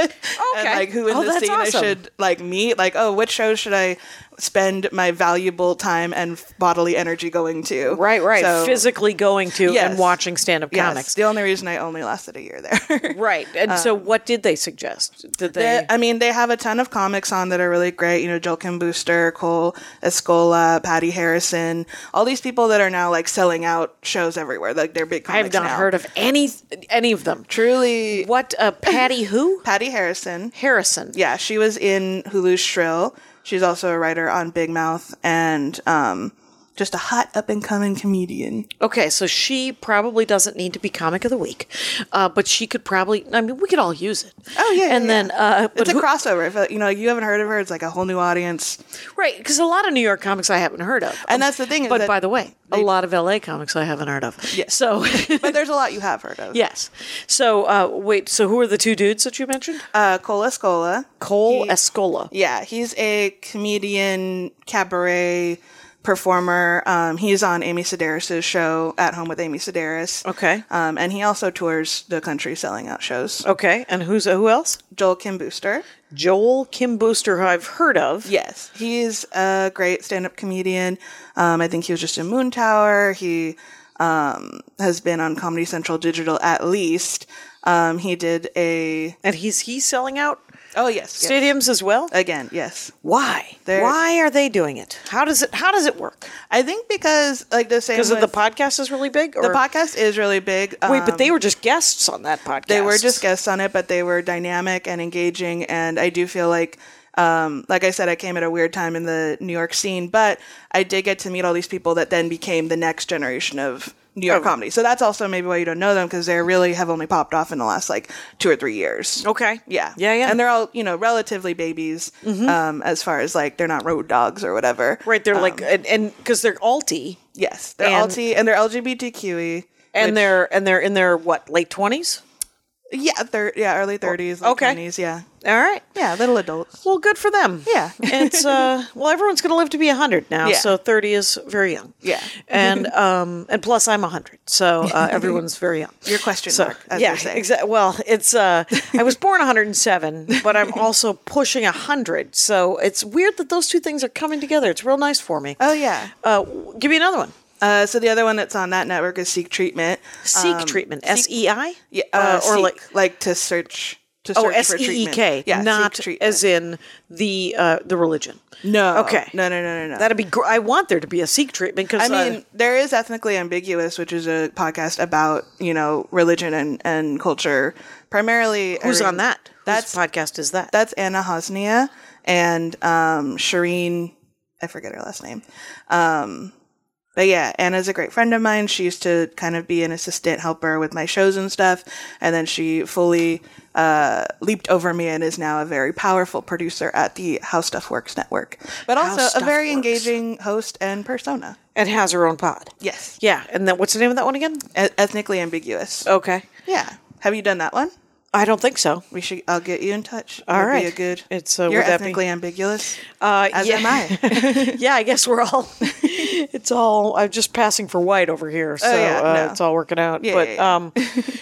[SPEAKER 2] and
[SPEAKER 1] Okay.
[SPEAKER 2] like who in
[SPEAKER 1] Oh,
[SPEAKER 2] the
[SPEAKER 1] that's
[SPEAKER 2] scene I
[SPEAKER 1] awesome.
[SPEAKER 2] should like meet like oh which shows should i spend my valuable time and f- bodily energy going to
[SPEAKER 1] right, right.
[SPEAKER 2] So-
[SPEAKER 1] Physically going to
[SPEAKER 2] Yes.
[SPEAKER 1] and watching stand up
[SPEAKER 2] yes,
[SPEAKER 1] comics.
[SPEAKER 2] the only reason i only lasted a year there
[SPEAKER 1] Right. And so
[SPEAKER 2] Um,
[SPEAKER 1] what did they suggest? Did they?
[SPEAKER 2] I mean, they have a ton of comics on that are really great. You know, Joel Kim Booster, Cole Escola, Patty Harrison, all these people that are now like selling out shows everywhere. Like they're big.
[SPEAKER 1] I have
[SPEAKER 2] comics
[SPEAKER 1] not
[SPEAKER 2] now.
[SPEAKER 1] heard of any any of them.
[SPEAKER 2] Truly,
[SPEAKER 1] What uh, Patty who?
[SPEAKER 2] Patty Harrison.
[SPEAKER 1] Harrison.
[SPEAKER 2] Yeah, she was in Hulu's Shrill. She's also a writer on Big Mouth and um, just a hot up and coming comedian.
[SPEAKER 1] Okay, so she probably doesn't need to be comic of the week, uh, but she could probably. I mean, we could all use it.
[SPEAKER 2] Oh yeah,
[SPEAKER 1] and
[SPEAKER 2] yeah,
[SPEAKER 1] then
[SPEAKER 2] yeah.
[SPEAKER 1] uh, but
[SPEAKER 2] it's a
[SPEAKER 1] who-
[SPEAKER 2] crossover. If, uh, you know, you haven't heard of her, it's like a whole new audience.
[SPEAKER 1] right because a lot of New York comics I haven't heard of,
[SPEAKER 2] And that's the thing is
[SPEAKER 1] But
[SPEAKER 2] that
[SPEAKER 1] by the way, a lot of LA comics I haven't heard of.
[SPEAKER 2] Yeah.
[SPEAKER 1] So
[SPEAKER 2] But there's a lot you have heard of.
[SPEAKER 1] yes. So uh, wait. So who are the two dudes that you mentioned?
[SPEAKER 2] uh, Cole Escola.
[SPEAKER 1] Cole
[SPEAKER 2] he-
[SPEAKER 1] Escola.
[SPEAKER 2] Yeah, he's a comedian, cabaret performer. Um, he's on Amy Sedaris' show at home with Amy Sedaris.
[SPEAKER 1] Okay.
[SPEAKER 2] Um, and he also tours the country selling out shows.
[SPEAKER 1] Okay, and who's who else?
[SPEAKER 2] Joel Kim Booster.
[SPEAKER 1] Joel Kim Booster, who I've heard of.
[SPEAKER 2] Yes, he's a great stand-up comedian. Um, I think he was just in Moon Tower. He um, has been on Comedy Central Digital at least. Um, he did a
[SPEAKER 1] And he's he's selling out
[SPEAKER 2] oh yes, yes.
[SPEAKER 1] stadiums as well.
[SPEAKER 2] again yes.
[SPEAKER 1] Why?
[SPEAKER 2] They're-
[SPEAKER 1] Why are they doing it? How does it? How does it work?
[SPEAKER 2] I think because like the same
[SPEAKER 1] Because the
[SPEAKER 2] with-
[SPEAKER 1] podcast is really big. Or?
[SPEAKER 2] the podcast is really big.
[SPEAKER 1] Wait, but
[SPEAKER 2] um,
[SPEAKER 1] they were just guests on that podcast.
[SPEAKER 2] they were just guests on it, but they were dynamic and engaging. And I do feel like, um, like I said, I came at a weird time in the New York scene, but I did get to meet all these people that then became the next generation of New
[SPEAKER 1] Oh.
[SPEAKER 2] York comedy. So that's also maybe why you don't know them because they really have only popped off in the last like two or three years.
[SPEAKER 1] Okay.
[SPEAKER 2] Yeah.
[SPEAKER 1] Yeah. Yeah. Mm-hmm.
[SPEAKER 2] And they're all, you know, relatively babies um, as far as like they're not road dogs or whatever. Um,
[SPEAKER 1] right. They're like and- and because they're alti
[SPEAKER 2] Yes. They're
[SPEAKER 1] And- Eh.
[SPEAKER 2] alti and they're LGBTQE.
[SPEAKER 1] and
[SPEAKER 2] which-
[SPEAKER 1] they're and they're in their what late twenties.
[SPEAKER 2] yeah, thir- yeah, early 30s, late
[SPEAKER 1] Okay.
[SPEAKER 2] 20s, yeah.
[SPEAKER 1] All right.
[SPEAKER 2] Yeah, little adults.
[SPEAKER 1] Well, good for them.
[SPEAKER 2] Yeah.
[SPEAKER 1] it's uh well everyone's going to live to be 100 now,
[SPEAKER 2] Yeah.
[SPEAKER 1] so 30 is very young.
[SPEAKER 2] Yeah.
[SPEAKER 1] And um and plus I'm 100. So uh, everyone's very young.
[SPEAKER 2] Your question mark, as
[SPEAKER 1] yeah,
[SPEAKER 2] they say.
[SPEAKER 1] exa- well, it's uh I was born 107, but I'm also pushing 100. So it's weird that those two things are coming together. It's real nice for me.
[SPEAKER 2] Oh yeah.
[SPEAKER 1] Uh give me another one.
[SPEAKER 2] Uh, so the other one that's on that network is Seek Treatment.
[SPEAKER 1] Seek
[SPEAKER 2] Um,
[SPEAKER 1] treatment. S E I?
[SPEAKER 2] Yeah, uh,
[SPEAKER 1] or
[SPEAKER 2] seek,
[SPEAKER 1] like
[SPEAKER 2] like to search to search
[SPEAKER 1] Oh,
[SPEAKER 2] for
[SPEAKER 1] S E E
[SPEAKER 2] treatment.
[SPEAKER 1] K,
[SPEAKER 2] Yeah,
[SPEAKER 1] not
[SPEAKER 2] seek treatment.
[SPEAKER 1] as in the uh, the religion.
[SPEAKER 2] no.
[SPEAKER 1] Okay.
[SPEAKER 2] No, no, no, no, no.
[SPEAKER 1] That'd be. Gr- I want there to be a Sikh treatment uh, because
[SPEAKER 2] I mean, there is ethnically ambiguous, which is a podcast about you know religion and and culture primarily.
[SPEAKER 1] Who's
[SPEAKER 2] Irene-
[SPEAKER 1] on that?
[SPEAKER 2] That's
[SPEAKER 1] Whose podcast is that?
[SPEAKER 2] that's Anna Hosnia and um, Shireen. I forget her last name. Um, but yeah, Anna's a great friend of mine. She used to kind of be an assistant helper with my shows and stuff, and then she fully uh, leaped over me and is now a very powerful producer at the How Stuff Works Network, but also
[SPEAKER 1] Stuff
[SPEAKER 2] a very
[SPEAKER 1] Works.
[SPEAKER 2] engaging host and persona.
[SPEAKER 1] and has her own pod.
[SPEAKER 2] Yes, Oh.
[SPEAKER 1] Yeah, and then what's the name of that one again?
[SPEAKER 2] E- ethnically ambiguous.
[SPEAKER 1] Okay,
[SPEAKER 2] Yeah, have you done that one?
[SPEAKER 1] I don't think so.
[SPEAKER 2] We should. I'll get you in touch.
[SPEAKER 1] All
[SPEAKER 2] All right,
[SPEAKER 1] right.
[SPEAKER 2] be a good.
[SPEAKER 1] It's, uh,
[SPEAKER 2] you're
[SPEAKER 1] would that be-
[SPEAKER 2] ethnically ambiguous.
[SPEAKER 1] Uh,
[SPEAKER 2] As
[SPEAKER 1] yeah.
[SPEAKER 2] am I.
[SPEAKER 1] yeah, I guess we're all. it's all. I'm just passing for white over here, so
[SPEAKER 2] yeah,
[SPEAKER 1] uh,
[SPEAKER 2] no.
[SPEAKER 1] it's all working out.
[SPEAKER 2] Yeah,
[SPEAKER 1] but
[SPEAKER 2] yeah, yeah.
[SPEAKER 1] um,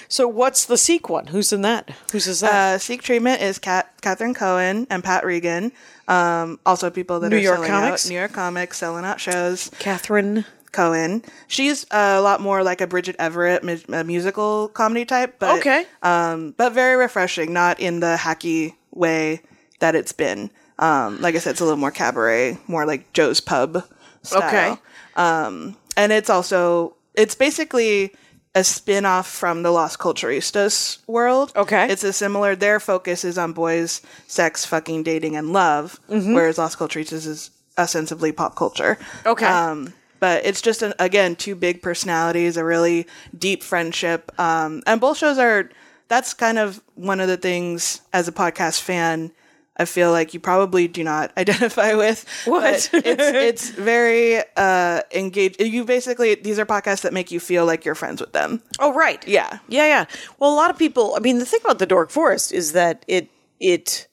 [SPEAKER 1] so what's the Sikh one? Who's in that? Who's is that?
[SPEAKER 2] Uh, Seek Treatment is Kat, Catherine Cohen and Pat Regan. Um, also, people that
[SPEAKER 1] New
[SPEAKER 2] are
[SPEAKER 1] York
[SPEAKER 2] selling
[SPEAKER 1] comics?
[SPEAKER 2] out New York comics, selling out shows.
[SPEAKER 1] Catherine.
[SPEAKER 2] Cohen, she's a lot more like a Bridget Everett mu- a musical comedy type, but
[SPEAKER 1] Okay.
[SPEAKER 2] um, but very refreshing, not in the hacky way that it's been. Um, like I said, it's a little more cabaret, more like Joe's Pub style.
[SPEAKER 1] Okay.
[SPEAKER 2] Um, and it's also it's basically a spin-off from the Lost Culturistas world.
[SPEAKER 1] Okay.
[SPEAKER 2] It's a similar their focus is on boys, sex, fucking, dating, and love,
[SPEAKER 1] Mm-hmm.
[SPEAKER 2] whereas Lost Culturistas is ostensibly pop culture.
[SPEAKER 1] Okay.
[SPEAKER 2] Um, but it's just an, again two big personalities, a really deep friendship, um, and both shows are. That's kind of one of the things as a podcast fan. I feel like you probably do not identify with
[SPEAKER 1] What?
[SPEAKER 2] but it's it's very uh engaged. You basically these are podcasts that make you feel like you're friends with them.
[SPEAKER 1] Oh, right.
[SPEAKER 2] Yeah.
[SPEAKER 1] Yeah, yeah. Well, a lot of people, I mean, the thing about the Dork Forest is that it, it,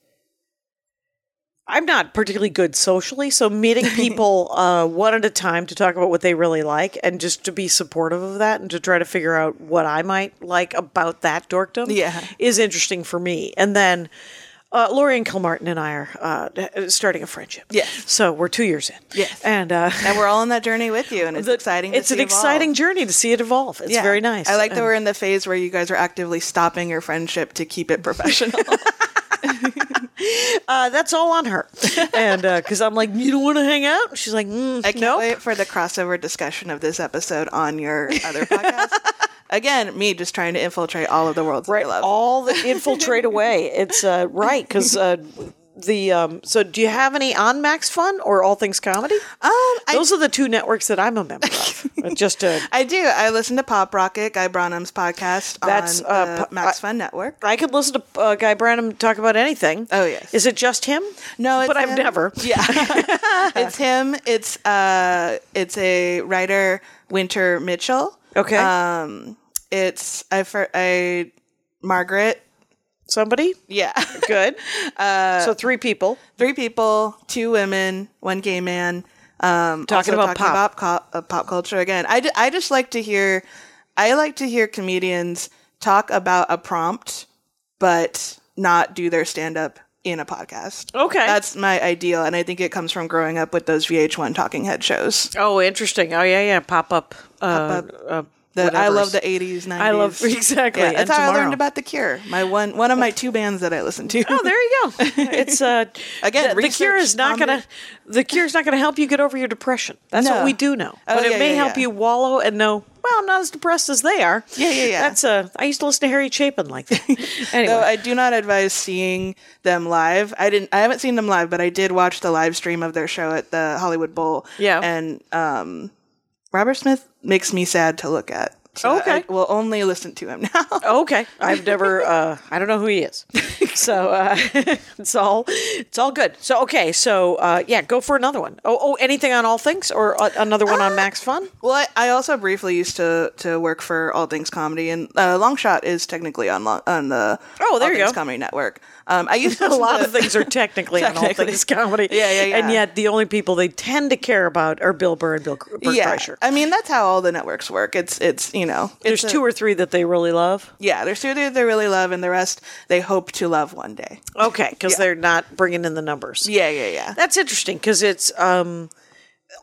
[SPEAKER 1] I'm not particularly good socially, so meeting people uh, one at a time to talk about what they really like and just to be supportive of that and to try to figure out what I might like about that dorkdom
[SPEAKER 2] Yeah.
[SPEAKER 1] is interesting for me. And then uh, Lori and Kilmartin and I are uh, d- starting a friendship.
[SPEAKER 2] Yes.
[SPEAKER 1] So we're two years in.
[SPEAKER 2] Yes.
[SPEAKER 1] And, uh,
[SPEAKER 2] And we're all on that journey with you, and it's
[SPEAKER 1] the-
[SPEAKER 2] exciting. to
[SPEAKER 1] It's
[SPEAKER 2] see
[SPEAKER 1] an
[SPEAKER 2] evolve.
[SPEAKER 1] exciting journey to see it evolve. It's
[SPEAKER 2] Yeah.
[SPEAKER 1] very nice.
[SPEAKER 2] I like that
[SPEAKER 1] And-
[SPEAKER 2] we're in the phase where you guys are actively stopping your friendship to keep it professional.
[SPEAKER 1] uh, that's all on her. And because I'm like, you don't want to hang out? And she's like, mm,
[SPEAKER 2] I can't
[SPEAKER 1] nope.
[SPEAKER 2] wait for the crossover discussion of this episode on your other podcast. Again, me just trying to infiltrate all of the worlds
[SPEAKER 1] Right,
[SPEAKER 2] that I love.
[SPEAKER 1] all the infiltrate away. It's uh, right because uh, the um, so. Do you have any on Max Fun or All Things Comedy?
[SPEAKER 2] um, I
[SPEAKER 1] Those are the two networks that I'm a member of. Uh, Just uh,
[SPEAKER 2] I do. I listen to Pop Rocket, Guy Branum's podcast
[SPEAKER 1] That's,
[SPEAKER 2] on
[SPEAKER 1] uh,
[SPEAKER 2] the
[SPEAKER 1] Pop-
[SPEAKER 2] Max
[SPEAKER 1] I-
[SPEAKER 2] Fun Network.
[SPEAKER 1] I could listen to uh, Guy Branum talk about anything.
[SPEAKER 2] Oh, yes.
[SPEAKER 1] is it just him?
[SPEAKER 2] No, it's
[SPEAKER 1] but I've
[SPEAKER 2] him.
[SPEAKER 1] never.
[SPEAKER 2] Yeah, it's him. It's uh, it's a writer, Winter Mitchell.
[SPEAKER 1] Okay,
[SPEAKER 2] Um, it's I for I Margaret.
[SPEAKER 1] somebody
[SPEAKER 2] Yeah,
[SPEAKER 1] good. Uh, so three people.
[SPEAKER 2] three people, two women, one gay man. Um,
[SPEAKER 1] Talking
[SPEAKER 2] also
[SPEAKER 1] about pop.
[SPEAKER 2] about co- uh, pop culture again. I, ju- I just like to hear, I like to hear comedians talk about a prompt, but not do their stand up in a podcast.
[SPEAKER 1] Okay.
[SPEAKER 2] that's my ideal, and I think it comes from growing up with those VH1 talking head shows.
[SPEAKER 1] Oh, interesting. Oh, yeah, yeah. Pop up. Uh, Uh,
[SPEAKER 2] The, I
[SPEAKER 1] whatevers.
[SPEAKER 2] love the eighties, nineties.
[SPEAKER 1] I love- exactly,
[SPEAKER 2] Yeah, that's
[SPEAKER 1] and
[SPEAKER 2] how I
[SPEAKER 1] tomorrow.
[SPEAKER 2] learned about the Cure. My one one of my two bands that I listen to.
[SPEAKER 1] Oh, there you go. It's uh,
[SPEAKER 2] Again,
[SPEAKER 1] The, the cure
[SPEAKER 2] research,
[SPEAKER 1] is not
[SPEAKER 2] comedy.
[SPEAKER 1] gonna. The cure is not gonna help you get over your depression. That's what
[SPEAKER 2] No.
[SPEAKER 1] we do know.
[SPEAKER 2] Oh,
[SPEAKER 1] but
[SPEAKER 2] yeah,
[SPEAKER 1] it may
[SPEAKER 2] yeah,
[SPEAKER 1] help
[SPEAKER 2] yeah.
[SPEAKER 1] you wallow and know. Well, I'm not as depressed as they are.
[SPEAKER 2] Yeah, yeah, yeah.
[SPEAKER 1] That's uh, I used to listen to Harry Chapin like that. anyway,
[SPEAKER 2] Though I do not advise seeing them live. I didn't. I haven't seen them live, but I did watch the live stream of their show at the Hollywood Bowl.
[SPEAKER 1] Yeah.
[SPEAKER 2] and um, Robert Smith makes me sad to look at. So
[SPEAKER 1] Oh, Okay.
[SPEAKER 2] I will only listen to him now.
[SPEAKER 1] Oh, okay. I've never. Uh, I don't know who he is. So uh, it's all. It's all good. So okay. So uh, yeah, go for another one. Oh, oh, anything on all things or uh, another one on Max Fun?
[SPEAKER 2] Well, I, I also briefly used to to work for All Things Comedy, and uh, Long Shot is technically on lo- on the
[SPEAKER 1] Oh, there
[SPEAKER 2] All
[SPEAKER 1] you
[SPEAKER 2] Things
[SPEAKER 1] go.
[SPEAKER 2] Comedy Network. Um, I used to
[SPEAKER 1] a
[SPEAKER 2] listen
[SPEAKER 1] lot
[SPEAKER 2] to-
[SPEAKER 1] of things are technically, on all
[SPEAKER 2] Technically.
[SPEAKER 1] things comedy.
[SPEAKER 2] Yeah, yeah, yeah.
[SPEAKER 1] And yet, the only people they tend to care about are Bill Burr and Bill Cr- Burt
[SPEAKER 2] yeah,
[SPEAKER 1] Kreischer.
[SPEAKER 2] I mean that's how all the networks work. It's it's you know
[SPEAKER 1] There's two or three that they really love.
[SPEAKER 2] yeah there's two that they really love, and the rest they hope to love one day.
[SPEAKER 1] Okay, because they're not bringing in the numbers.
[SPEAKER 2] Yeah, yeah, yeah.
[SPEAKER 1] That's interesting because it's um,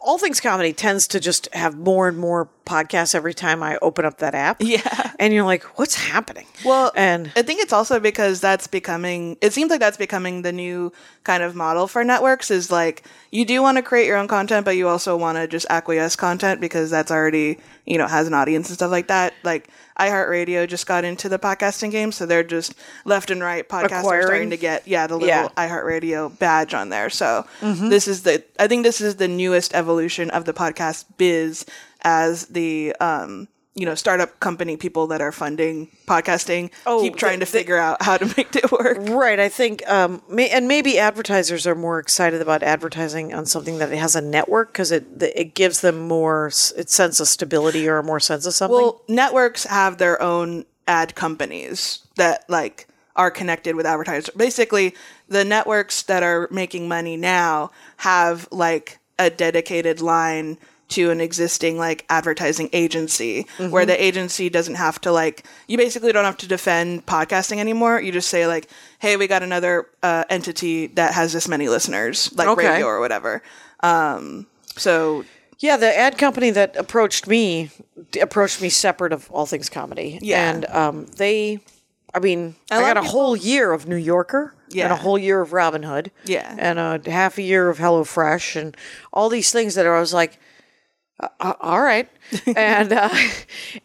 [SPEAKER 1] all things comedy tends to just have more and more podcasts every time I open up that app.
[SPEAKER 2] Yeah.
[SPEAKER 1] and you're like, what's happening?
[SPEAKER 2] Well,
[SPEAKER 1] and
[SPEAKER 2] I think it's also because that's becoming. It seems like that's becoming the new kind of model for networks. Is like you do want to create your own content, but you also want to just acquiesce content because that's already you know has an audience and stuff like that. Like iHeartRadio just got into the podcasting game, so they're just left and right podcasts
[SPEAKER 1] Acquiring.
[SPEAKER 2] are starting to get yeah the little
[SPEAKER 1] Yeah. Mm-hmm.
[SPEAKER 2] iHeartRadio badge on there. So this is the I think this is the newest evolution of the podcast biz as the um you know startup company people that are funding podcasting
[SPEAKER 1] Oh,
[SPEAKER 2] keep trying
[SPEAKER 1] the-
[SPEAKER 2] to figure out how to make it work.
[SPEAKER 1] Right, I think, um, may, and maybe advertisers are more excited about advertising on something that has a network because it the- it gives them more s- it sense of stability or a more sense of something.
[SPEAKER 2] Well, networks have their own ad companies that like are connected with advertisers. Basically, the networks that are making money now have like a dedicated line to an existing like advertising agency where the agency doesn't have to like you basically don't have to defend podcasting anymore. You just say like, "Hey, we got another uh, entity that has this many listeners, like
[SPEAKER 1] Okay.
[SPEAKER 2] radio or whatever." Um, so
[SPEAKER 1] yeah, the ad company that approached me d- approached me separate of all things comedy.
[SPEAKER 2] Yeah.
[SPEAKER 1] and um, they, I mean, I
[SPEAKER 2] lot
[SPEAKER 1] got a
[SPEAKER 2] of people-
[SPEAKER 1] whole year of New Yorker. and
[SPEAKER 2] Yeah.
[SPEAKER 1] a whole year of Robin Hood.
[SPEAKER 2] Yeah.
[SPEAKER 1] And a half a year of HelloFresh and all these things that I was like, uh, uh, all right. and uh,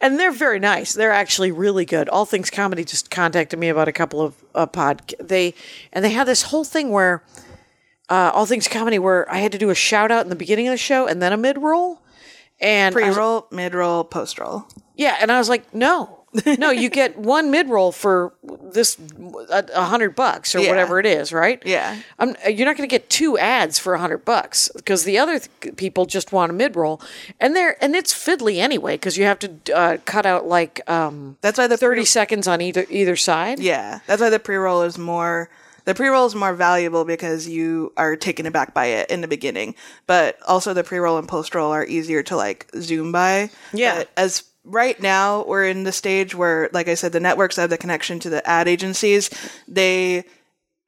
[SPEAKER 1] and they're very nice. They're actually really good. All Things Comedy just contacted me about a couple of uh, pod they and they had this whole thing where uh, All Things Comedy where I had to do a shout out in the beginning of the show and then a mid roll. And I
[SPEAKER 2] Pre
[SPEAKER 1] was-
[SPEAKER 2] roll, mid roll, post roll.
[SPEAKER 1] yeah, and I was like, no, no, you get one mid roll for this a, a hundred bucks or
[SPEAKER 2] Yeah.
[SPEAKER 1] whatever it is, right?
[SPEAKER 2] Yeah.
[SPEAKER 1] I'm, uh, you're not going to get two ads for a hundred bucks because the other th- people just want a mid roll, and they're and it's fiddly anyway because you have to uh, cut out like um,
[SPEAKER 2] That's why the
[SPEAKER 1] thirty
[SPEAKER 2] pre-
[SPEAKER 1] seconds on either either side.
[SPEAKER 2] Yeah, that's why the pre roll is more. The pre roll is more valuable because you are taken aback by it in the beginning. But also, the pre roll and post roll are easier to like zoom by.
[SPEAKER 1] Yeah.
[SPEAKER 2] But as right now, we're in the stage where, like I said, the networks have the connection to the ad agencies. They.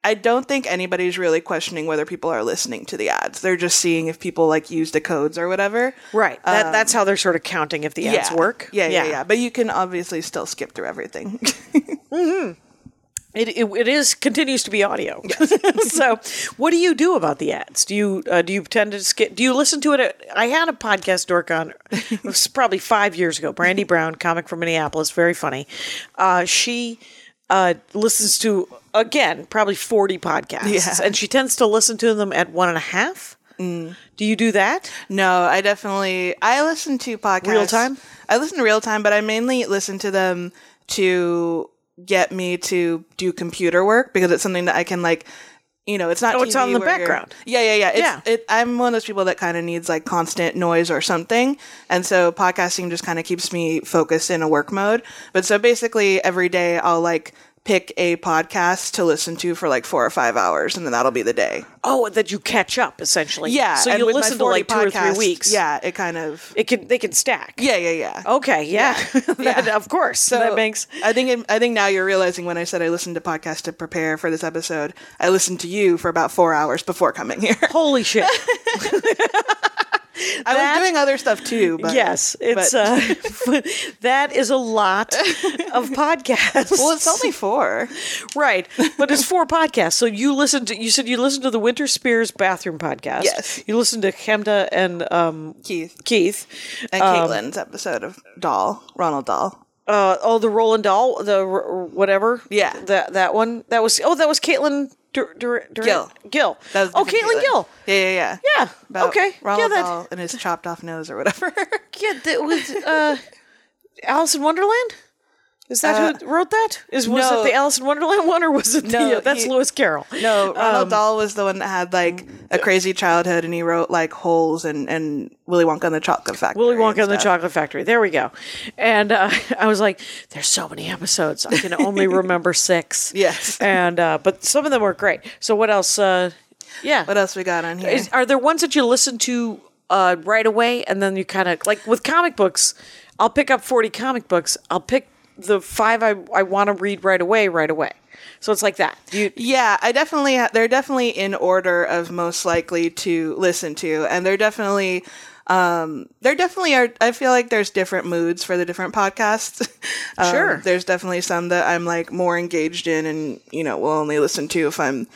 [SPEAKER 2] I don't think anybody's really questioning whether people are listening to the ads. They're just seeing if people like use the codes or whatever. Um,
[SPEAKER 1] Right. That, that's how they're sort of counting if the ads work.
[SPEAKER 2] Yeah, yeah, yeah, But you can obviously still skip through everything.
[SPEAKER 1] It, it, it is continues to be audio. so, what do you do about the ads? Do you uh, do you pretend to skip? Do you listen to it? At, I had a podcast dork on, it was probably five years ago. Brandy Brown, comic from Minneapolis, very funny. Uh, she uh, listens to again probably forty podcasts,
[SPEAKER 2] Yeah.
[SPEAKER 1] and she tends to listen to them at one and a half. Do you do that?
[SPEAKER 2] No, I definitely I listen to podcasts
[SPEAKER 1] Real time?
[SPEAKER 2] I listen real time, but I mainly listen to them to get me to do computer work because it's something that I can like. You know, it's not.
[SPEAKER 1] Oh, it's
[SPEAKER 2] TV
[SPEAKER 1] on the
[SPEAKER 2] where you're-
[SPEAKER 1] background.
[SPEAKER 2] Yeah, yeah, yeah. It's,
[SPEAKER 1] Yeah.
[SPEAKER 2] It, I'm one of those people that kind of needs like constant noise or something, and so podcasting just kind of keeps me focused in a work mode. But so basically, every day I'll like pick a podcast to listen to for like four or five hours, and then that'll be the day.
[SPEAKER 1] Oh, that you catch up essentially.
[SPEAKER 2] Yeah.
[SPEAKER 1] So
[SPEAKER 2] and
[SPEAKER 1] you
[SPEAKER 2] with my
[SPEAKER 1] listen to
[SPEAKER 2] 40
[SPEAKER 1] like two or three
[SPEAKER 2] podcasts,
[SPEAKER 1] weeks.
[SPEAKER 2] Yeah, it kind of
[SPEAKER 1] It can they can stack.
[SPEAKER 2] yeah, yeah, yeah.
[SPEAKER 1] Okay. Yeah. that,
[SPEAKER 2] Yeah.
[SPEAKER 1] Of course. So, Oh, that makes.
[SPEAKER 2] I think I think now you're realizing when I said I listened to podcasts to prepare for this episode, I listened to you for about four hours before coming here.
[SPEAKER 1] Holy shit.
[SPEAKER 2] I
[SPEAKER 1] That-
[SPEAKER 2] was doing other stuff too, but
[SPEAKER 1] yes. It's uh that is a lot of podcasts.
[SPEAKER 2] well, it's only four.
[SPEAKER 1] right. But it's four podcasts. So you listened to you said you listened to the Winter Spears bathroom podcast.
[SPEAKER 2] Yes.
[SPEAKER 1] You listened to Kemda and um
[SPEAKER 2] Keith
[SPEAKER 1] Keith. Um,
[SPEAKER 2] and Caitlin's episode of Doll, Ronald Doll.
[SPEAKER 1] Uh oh the Roland Doll, the r- r- whatever.
[SPEAKER 2] Yeah.
[SPEAKER 1] That that one. That was oh that was Caitlin Dur- Dur- Dur-
[SPEAKER 2] Gill.
[SPEAKER 1] Gill.
[SPEAKER 2] That was
[SPEAKER 1] oh
[SPEAKER 2] from
[SPEAKER 1] Caitlin Gill.
[SPEAKER 2] Yeah, yeah, yeah.
[SPEAKER 1] Yeah.
[SPEAKER 2] About
[SPEAKER 1] okay.
[SPEAKER 2] Ronald
[SPEAKER 1] yeah, that,
[SPEAKER 2] Dahl and his chopped off nose or whatever.
[SPEAKER 1] Yeah, that was uh, Alice in Wonderland. Is that who wrote that? Is was
[SPEAKER 2] Uh, no.
[SPEAKER 1] it the Alice in Wonderland one or was it
[SPEAKER 2] No,
[SPEAKER 1] the uh, that's
[SPEAKER 2] he-
[SPEAKER 1] Lewis Carroll?
[SPEAKER 2] No,
[SPEAKER 1] um,
[SPEAKER 2] Ronald Dahl was the one that had like a crazy childhood, and he wrote like Holes and and Willy Wonka and the Chocolate Factory.
[SPEAKER 1] Willy Wonka and the
[SPEAKER 2] stuff.
[SPEAKER 1] Chocolate Factory. There we go. And uh, I was like, there's so many episodes. I can only remember six.
[SPEAKER 2] Yes.
[SPEAKER 1] And uh, but some of them were great. So what else? Uh, yeah.
[SPEAKER 2] What else we got on here?
[SPEAKER 1] Is, are there ones that you listen to uh, right away and then you kind of like with comic books? I'll pick up 40 comic books. I'll pick the five I, I want to read right away, right away. So it's like that. Do you,
[SPEAKER 2] Yeah, I definitely ha- they're definitely in order of most likely to listen to, and they're definitely um there definitely are I feel like there's different moods for the different podcasts. Um,
[SPEAKER 1] Sure.
[SPEAKER 2] There's definitely some that I'm like more engaged in and you know, will only listen to if I'm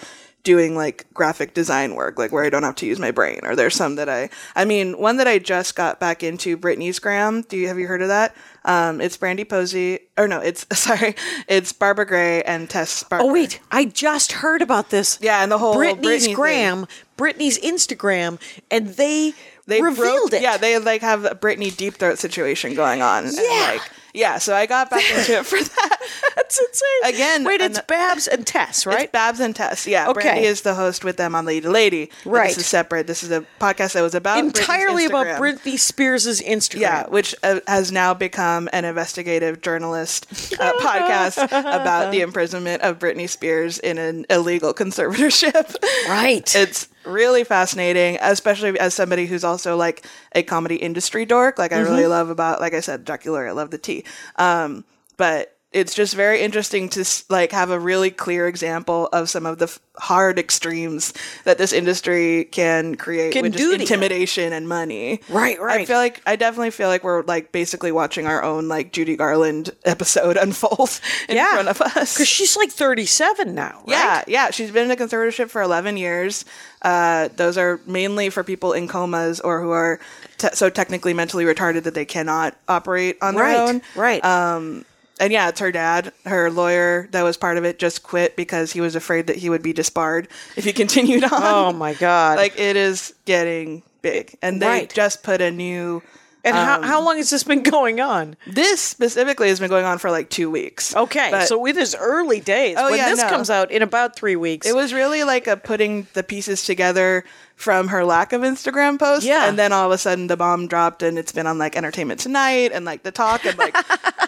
[SPEAKER 2] doing like graphic design work, like where I don't have to use my brain. Or there's some that I I mean, one that I just got back into, Brittany's Graham. Do you have you heard of that? Um it's Brandy Posey or no, it's sorry, it's Barbara Gray and Tess Barker.
[SPEAKER 1] oh, wait. I just heard about this.
[SPEAKER 2] Yeah, and the whole Britney
[SPEAKER 1] Brittany's
[SPEAKER 2] thing.
[SPEAKER 1] Graham, Brittany's Instagram, and they,
[SPEAKER 2] they
[SPEAKER 1] revealed
[SPEAKER 2] broke-
[SPEAKER 1] it.
[SPEAKER 2] Yeah, they like have a Britney deep throat situation going on. Yeah.
[SPEAKER 1] Yeah.
[SPEAKER 2] like, yeah, so I got back into it for that.
[SPEAKER 1] That's insane.
[SPEAKER 2] Again,
[SPEAKER 1] Wait, it's
[SPEAKER 2] an-
[SPEAKER 1] Babs and Tess, right?
[SPEAKER 2] It's Babs and Tess. Yeah,
[SPEAKER 1] Okay.
[SPEAKER 2] Brandy is the host with them on Lady to Lady. but
[SPEAKER 1] Right.
[SPEAKER 2] This is separate. This is a podcast that was about Britney's
[SPEAKER 1] Entirely about
[SPEAKER 2] Instagram.
[SPEAKER 1] Britney Spears' Instagram.
[SPEAKER 2] Yeah, which uh, has now become an investigative journalist uh, podcast about the imprisonment of Britney Spears in an illegal conservatorship.
[SPEAKER 1] Right.
[SPEAKER 2] It's really fascinating, especially as somebody who's also like a
[SPEAKER 1] Mm-hmm.
[SPEAKER 2] comedy industry dork. Like I really love about, like I said, Dracula. I love the tea. Um, but it's just very interesting to s- like have a really clear example of some of the f- hard extremes that this industry can create
[SPEAKER 1] Can
[SPEAKER 2] with just
[SPEAKER 1] do to you.
[SPEAKER 2] intimidation and money.
[SPEAKER 1] Right,
[SPEAKER 2] I
[SPEAKER 1] right.
[SPEAKER 2] feel like I definitely feel like we're like basically watching our own like Judy Garland episode unfold in
[SPEAKER 1] Yeah.
[SPEAKER 2] front of us.
[SPEAKER 1] Because she's like 37 now, right?
[SPEAKER 2] Yeah, yeah. She's been in a conservatorship for 11 years. Uh, those are mainly for people in comas or who are te- so technically mentally retarded that they cannot operate on their
[SPEAKER 1] Right,
[SPEAKER 2] own. Uh,
[SPEAKER 1] right.
[SPEAKER 2] Um, And yeah, it's her dad, her lawyer that was part of it, just quit because he was afraid that he would be disbarred if he continued on.
[SPEAKER 1] oh my God.
[SPEAKER 2] Like, it is getting big. And they
[SPEAKER 1] Right.
[SPEAKER 2] just put a new.
[SPEAKER 1] and how,
[SPEAKER 2] um,
[SPEAKER 1] how long has this been going on?
[SPEAKER 2] This specifically has been going on for like two weeks.
[SPEAKER 1] Okay,
[SPEAKER 2] But-
[SPEAKER 1] so it is early days.
[SPEAKER 2] Oh,
[SPEAKER 1] when
[SPEAKER 2] yeah,
[SPEAKER 1] this
[SPEAKER 2] no.
[SPEAKER 1] comes out in about three weeks,
[SPEAKER 2] It was really like a putting the pieces together from her lack of Instagram posts.
[SPEAKER 1] Yeah.
[SPEAKER 2] And then all of a sudden the bomb dropped and it's been on like Entertainment Tonight and like The Talk and like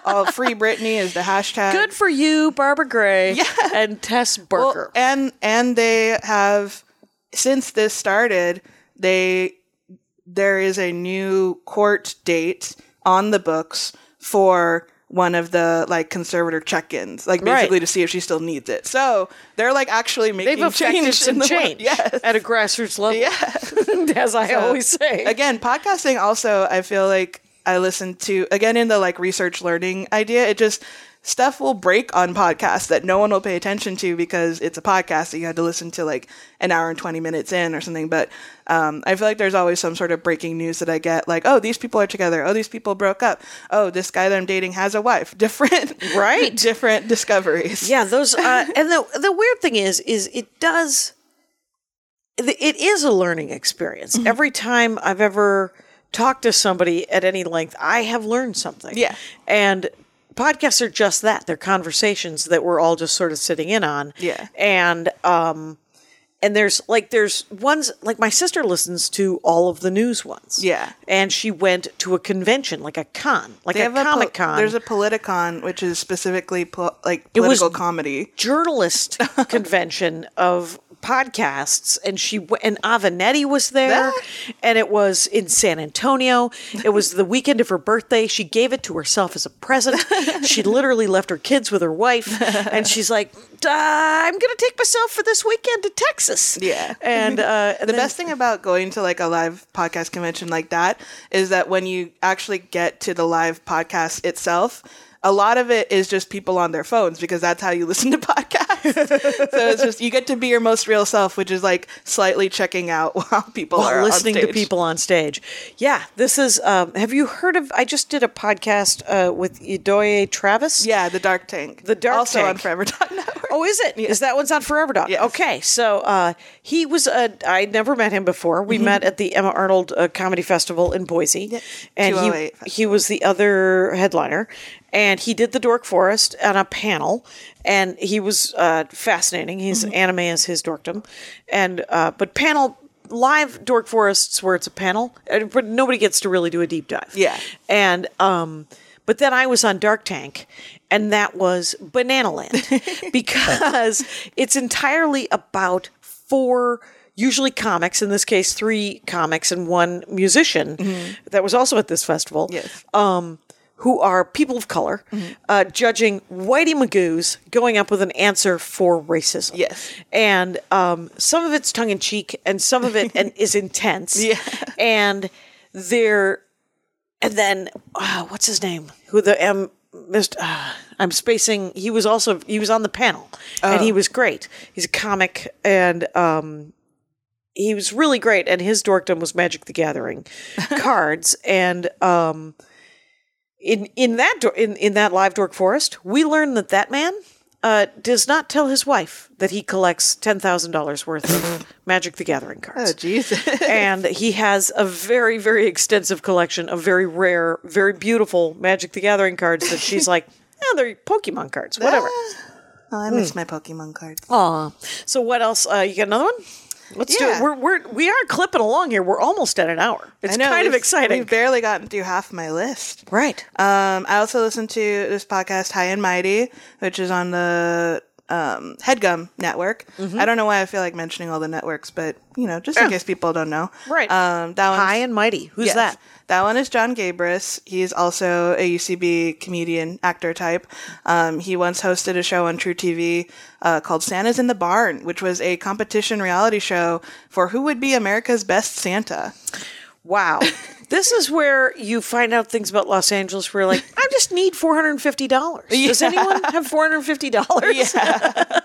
[SPEAKER 2] all Free Britney is the hashtag.
[SPEAKER 1] good for you, Barbara Gray and Tess
[SPEAKER 2] Well,
[SPEAKER 1] Barker.
[SPEAKER 2] and and they have since this started, they there is a new court date on the books for one of the like conservator check-ins, like
[SPEAKER 1] Right.
[SPEAKER 2] basically to see if she still needs it. So they're like actually making
[SPEAKER 1] They've affected
[SPEAKER 2] change in
[SPEAKER 1] some
[SPEAKER 2] the world.
[SPEAKER 1] change
[SPEAKER 2] Yes.
[SPEAKER 1] at a grassroots level, as I always say.
[SPEAKER 2] Uh, again podcasting also i feel like i listen to again in the like research learning idea it just stuff will break on podcasts that no one will pay attention to because it's a podcast that you had to listen to like an hour and 20 minutes in or something but um, i feel like there's always some sort of breaking news that i get like oh these people are together oh these people broke up oh this guy that i'm dating has a wife different
[SPEAKER 1] Right.
[SPEAKER 2] different discoveries
[SPEAKER 1] Yeah, those uh, and the the weird thing is is it does the- it is a learning experience.
[SPEAKER 2] Mm-hmm.
[SPEAKER 1] Every time I've ever talked to somebody at any length, I have learned something.
[SPEAKER 2] Yeah.
[SPEAKER 1] And podcasts are just that. They're conversations that we're all just sort of sitting in on.
[SPEAKER 2] Yeah.
[SPEAKER 1] And um and there's like there's ones like my sister listens to all of the news ones.
[SPEAKER 2] Yeah.
[SPEAKER 1] And she went to a convention, like a con, like
[SPEAKER 2] They
[SPEAKER 1] a
[SPEAKER 2] have a pol-
[SPEAKER 1] comic con.
[SPEAKER 2] there's a politicon which is specifically pol- like
[SPEAKER 1] It was-
[SPEAKER 2] political comedy
[SPEAKER 1] journalist convention of podcasts and she w- and Avenetti was there and it was in San Antonio it was the weekend of her birthday she gave it to herself as a present she literally left her kids with her wife and she's like "Uh, I'm going to take myself for this weekend to Texas
[SPEAKER 2] Yeah.
[SPEAKER 1] and uh and
[SPEAKER 2] the best thing about going to like a live podcast convention like that is that when you actually get to the live podcast itself a lot of it is just people on their phones because that's how you listen to podcasts so it's just you get to be your most real self which is like slightly checking out while people
[SPEAKER 1] while
[SPEAKER 2] are on
[SPEAKER 1] listening to
[SPEAKER 2] stage.
[SPEAKER 1] people on stage. Yeah, this is. Um, have you heard of? I just did a podcast uh, with Idoye Travis.
[SPEAKER 2] yeah the dark tank
[SPEAKER 1] The Dark
[SPEAKER 2] also on
[SPEAKER 1] Tank.
[SPEAKER 2] forever network
[SPEAKER 1] Oh, is it? Is that one's on Forever Dog?
[SPEAKER 2] Yes.
[SPEAKER 1] Okay, so uh, he was a. I never met him before.
[SPEAKER 2] Mm-hmm.
[SPEAKER 1] We met at the Emma Arnold uh, Comedy Festival in Boise, and
[SPEAKER 2] 208
[SPEAKER 1] he he was the other headliner, and he did the Dork Forest on a panel, and he was uh, fascinating. His
[SPEAKER 2] Mm-hmm.
[SPEAKER 1] anime is his dorkdom, and uh, but panel. Live Dork Forests, where it's a panel, uh, but nobody gets to really do a deep dive.
[SPEAKER 2] Yeah.
[SPEAKER 1] And um but then I was on Dark Tank and that was Banana Land because it's entirely about four usually comics in this case three comics and one musician that was also at this festival
[SPEAKER 2] Yes.
[SPEAKER 1] um who are people of color uh, judging whitey magoos going up with an answer for racism
[SPEAKER 2] Yes.
[SPEAKER 1] and um, some of it's tongue-in-cheek and some of it and is intense
[SPEAKER 2] Yeah.
[SPEAKER 1] and they're and then uh, what's his name? Who the M Mr. Uh, I'm spacing. He was also he was on the panel, and
[SPEAKER 2] Oh.
[SPEAKER 1] he was great. He's a comic, and um, he was really great. And his dorkdom was Magic the Gathering cards, and um, in in that dor- in in that live dork forest, we learned that that man. Uh, does not tell his wife that he collects ten thousand dollars worth of Magic the Gathering cards
[SPEAKER 2] oh jesus
[SPEAKER 1] and he has a very, very extensive collection of very rare, very beautiful Magic the Gathering cards that she's like, oh, they're Pokemon cards, whatever.
[SPEAKER 2] oh, i
[SPEAKER 1] Hmm.
[SPEAKER 2] miss my pokemon cards
[SPEAKER 1] Aw. So what else? Uh, you got another one? Let's do
[SPEAKER 2] Yeah.
[SPEAKER 1] it. We're, we're, we are clipping along here. We're almost at an hour. It's kind of
[SPEAKER 2] we've-
[SPEAKER 1] exciting. Uh,
[SPEAKER 2] we've barely gotten through half my list
[SPEAKER 1] right.
[SPEAKER 2] Um, I also listen to this podcast, High and Mighty, which is on the um, Headgum Network.
[SPEAKER 1] Mm-hmm.
[SPEAKER 2] I don't know why I feel like mentioning all the networks, but you know, just in case people don't know,
[SPEAKER 1] Right.
[SPEAKER 2] Um, that one's-
[SPEAKER 1] High and mighty. Who's
[SPEAKER 2] Yes.
[SPEAKER 1] that?
[SPEAKER 2] That one is John Gabris. He's also a UCB comedian, actor type. Um, he once hosted a show on True TV uh, called Santa's in the Barn, which was a competition reality show for who would be America's best Santa.
[SPEAKER 1] Wow. this is where you find out things about Los Angeles where you're like, I just need $450. Does anyone have $450?
[SPEAKER 2] I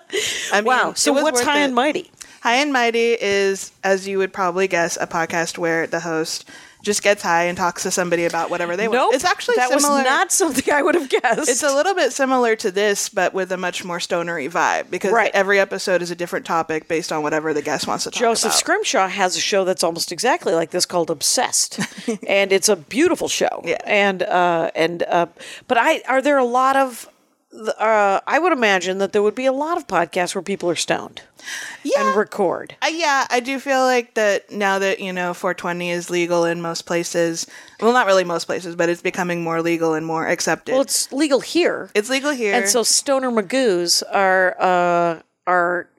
[SPEAKER 2] mean,
[SPEAKER 1] Wow.
[SPEAKER 2] it
[SPEAKER 1] So
[SPEAKER 2] was
[SPEAKER 1] what's
[SPEAKER 2] worth
[SPEAKER 1] high
[SPEAKER 2] it.
[SPEAKER 1] and mighty?
[SPEAKER 2] High and Mighty is, as you would probably guess, a podcast where the host just gets high and talks to somebody about whatever they want. It's actually
[SPEAKER 1] that
[SPEAKER 2] similar.
[SPEAKER 1] was not something I would have guessed.
[SPEAKER 2] It's a little bit similar to this, but with a much more stonery vibe because
[SPEAKER 1] Right.
[SPEAKER 2] every episode is a different topic based on whatever the guest wants to talk
[SPEAKER 1] Joseph
[SPEAKER 2] about.
[SPEAKER 1] Scrimshaw has a show that's almost exactly like this called Obsessed, and it's a beautiful show.
[SPEAKER 2] Yeah.
[SPEAKER 1] And uh, and uh, but I are there a lot of th- uh, I would imagine that there would be a lot of podcasts where people are stoned and record.
[SPEAKER 2] Uh, yeah, I do feel like that now that you know 420 is legal in most places. Well, not really most places, but it's becoming more legal and more accepted.
[SPEAKER 1] Well, it's legal here,
[SPEAKER 2] it's legal here.
[SPEAKER 1] and so stoner magoos are uh, are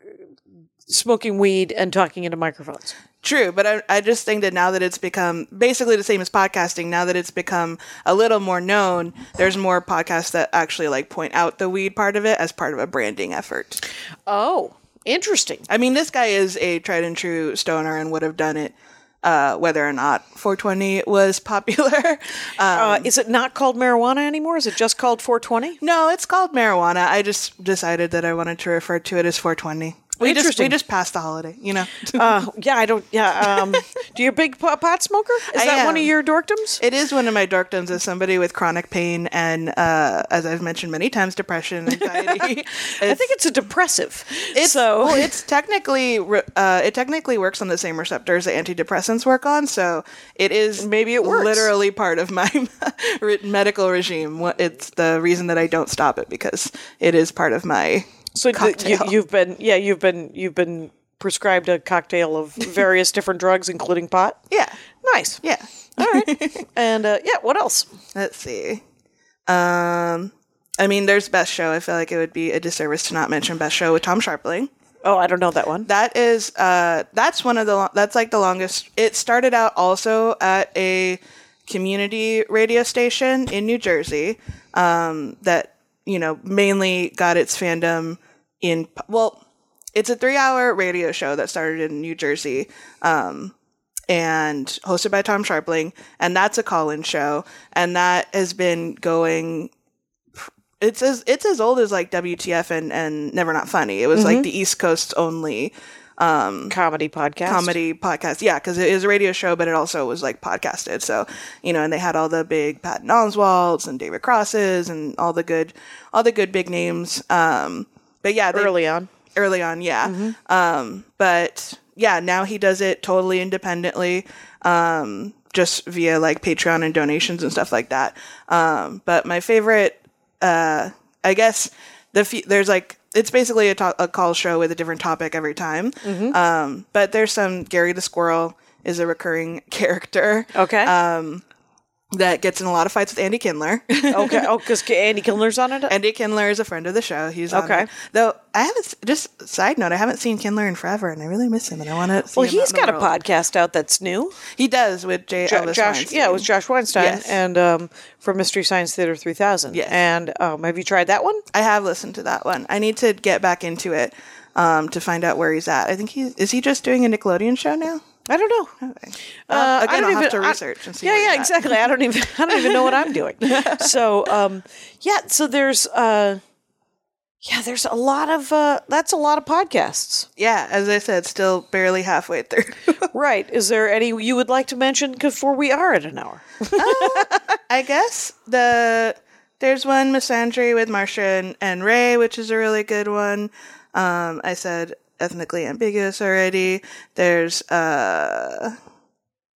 [SPEAKER 1] smoking weed and talking into microphones.
[SPEAKER 2] True, but I, I just think that now that it's become basically the same as podcasting, now that it's become a little more known, there's more podcasts that actually like point out the weed part of it as part of a branding effort.
[SPEAKER 1] Oh, interesting.
[SPEAKER 2] I mean, this guy is a tried and true stoner and would have done it uh, whether or not 420 was popular.
[SPEAKER 1] Uh,
[SPEAKER 2] Um,
[SPEAKER 1] is it not called marijuana anymore? Is it just called 420?
[SPEAKER 2] No, it's called marijuana. I just decided that I wanted to refer to it as 420. We just we
[SPEAKER 1] Interesting.
[SPEAKER 2] just passed the holiday, you know.
[SPEAKER 1] Uh, yeah, I don't. Yeah, um, do you a big po- pot smoker? Is
[SPEAKER 2] I
[SPEAKER 1] that one of
[SPEAKER 2] am.
[SPEAKER 1] your dorkdoms?
[SPEAKER 2] it is one of my darkdoms as somebody with chronic pain and, uh, as I've mentioned many times, depression, anxiety.
[SPEAKER 1] I think it's a depressive.
[SPEAKER 2] It's,
[SPEAKER 1] so
[SPEAKER 2] well, it's technically re- uh, it technically works on the same receptors that antidepressants work on, so it is
[SPEAKER 1] Maybe it works.
[SPEAKER 2] literally part of my re- medical regime. What- It's the reason that I don't stop it because it is part of my
[SPEAKER 1] so th- you,
[SPEAKER 2] cocktail.
[SPEAKER 1] you've been yeah you've been you've been prescribed a cocktail of various different drugs, including pot.
[SPEAKER 2] yeah
[SPEAKER 1] Nice.
[SPEAKER 2] yeah.
[SPEAKER 1] All right. and uh, yeah, what else?
[SPEAKER 2] Let's see. Um, I mean, there's Best Show. I feel like it would be a disservice to not mention Best Show with Tom Sharpling.
[SPEAKER 1] Oh, I don't know that one.
[SPEAKER 2] That is, uh, that's one of the, lo- that's like the longest. It started out also at a community radio station in New Jersey um, that, you know, mainly got its fandom in, well, it's a three hour radio show that started in New Jersey um, and hosted by Tom Sharpling, and that's a call-in show, and that has been going. It's as it's as old as like WTF and and Never Not Funny. It was like the East Coast's only
[SPEAKER 1] Comedy podcast.
[SPEAKER 2] Mm. comedy podcast. Yeah, because it is a radio show, but it also was like podcasted. So you know, and they had all the big Patton Oswalds and David Crosses and all the good all the good big names. Um, but yeah, they,
[SPEAKER 1] early on.
[SPEAKER 2] early on, yeah. Um, but yeah, now he does it totally independently, um, just via like Patreon and donations and stuff like that. Um, but my favorite, uh, I guess the fe- there's like it's basically a, to- a call show with a different topic every time. Um, but there's some Gary the Squirrel is a recurring character
[SPEAKER 1] Okay.
[SPEAKER 2] that gets in a lot of fights with Andy Kindler.
[SPEAKER 1] okay. Oh, because Andy Kindler's on it.
[SPEAKER 2] Andy Kindler is a friend of the show. He's on
[SPEAKER 1] Okay.
[SPEAKER 2] it. Though I haven't s- just side note, I haven't seen Kindler in forever, and I really miss him, and I want to.
[SPEAKER 1] well, he's got a
[SPEAKER 2] world.
[SPEAKER 1] podcast out that's new.
[SPEAKER 2] He does with Jay
[SPEAKER 1] Jo-
[SPEAKER 2] Elvis
[SPEAKER 1] Josh,
[SPEAKER 2] Weinstein.
[SPEAKER 1] yeah, it was Josh Weinstein
[SPEAKER 2] Yes.
[SPEAKER 1] and um, from Mystery Science Theater 3000.
[SPEAKER 2] Yes.
[SPEAKER 1] And um, have you tried that one?
[SPEAKER 2] I have listened to that one. I need to get back into it um, to find out where he's at. I think he's is he just doing a Nickelodeon show now?
[SPEAKER 1] I don't know.
[SPEAKER 2] Okay.
[SPEAKER 1] Uh,
[SPEAKER 2] Again,
[SPEAKER 1] I don't
[SPEAKER 2] I'll have
[SPEAKER 1] even-
[SPEAKER 2] to
[SPEAKER 1] I-
[SPEAKER 2] research and see.
[SPEAKER 1] Yeah,
[SPEAKER 2] where
[SPEAKER 1] yeah,
[SPEAKER 2] he's at.
[SPEAKER 1] exactly. I don't even I don't even know what I'm doing. So, um, yeah, so there's uh, yeah, there's a lot of uh, that's a lot of podcasts,
[SPEAKER 2] Yeah, as I said, still barely halfway through.
[SPEAKER 1] right? Is there any you would like to mention before we are at an hour?
[SPEAKER 2] I guess the there's one misandry with Marcia and, and Ray, which is a really good one. Um, I said ethnically ambiguous already. There's uh,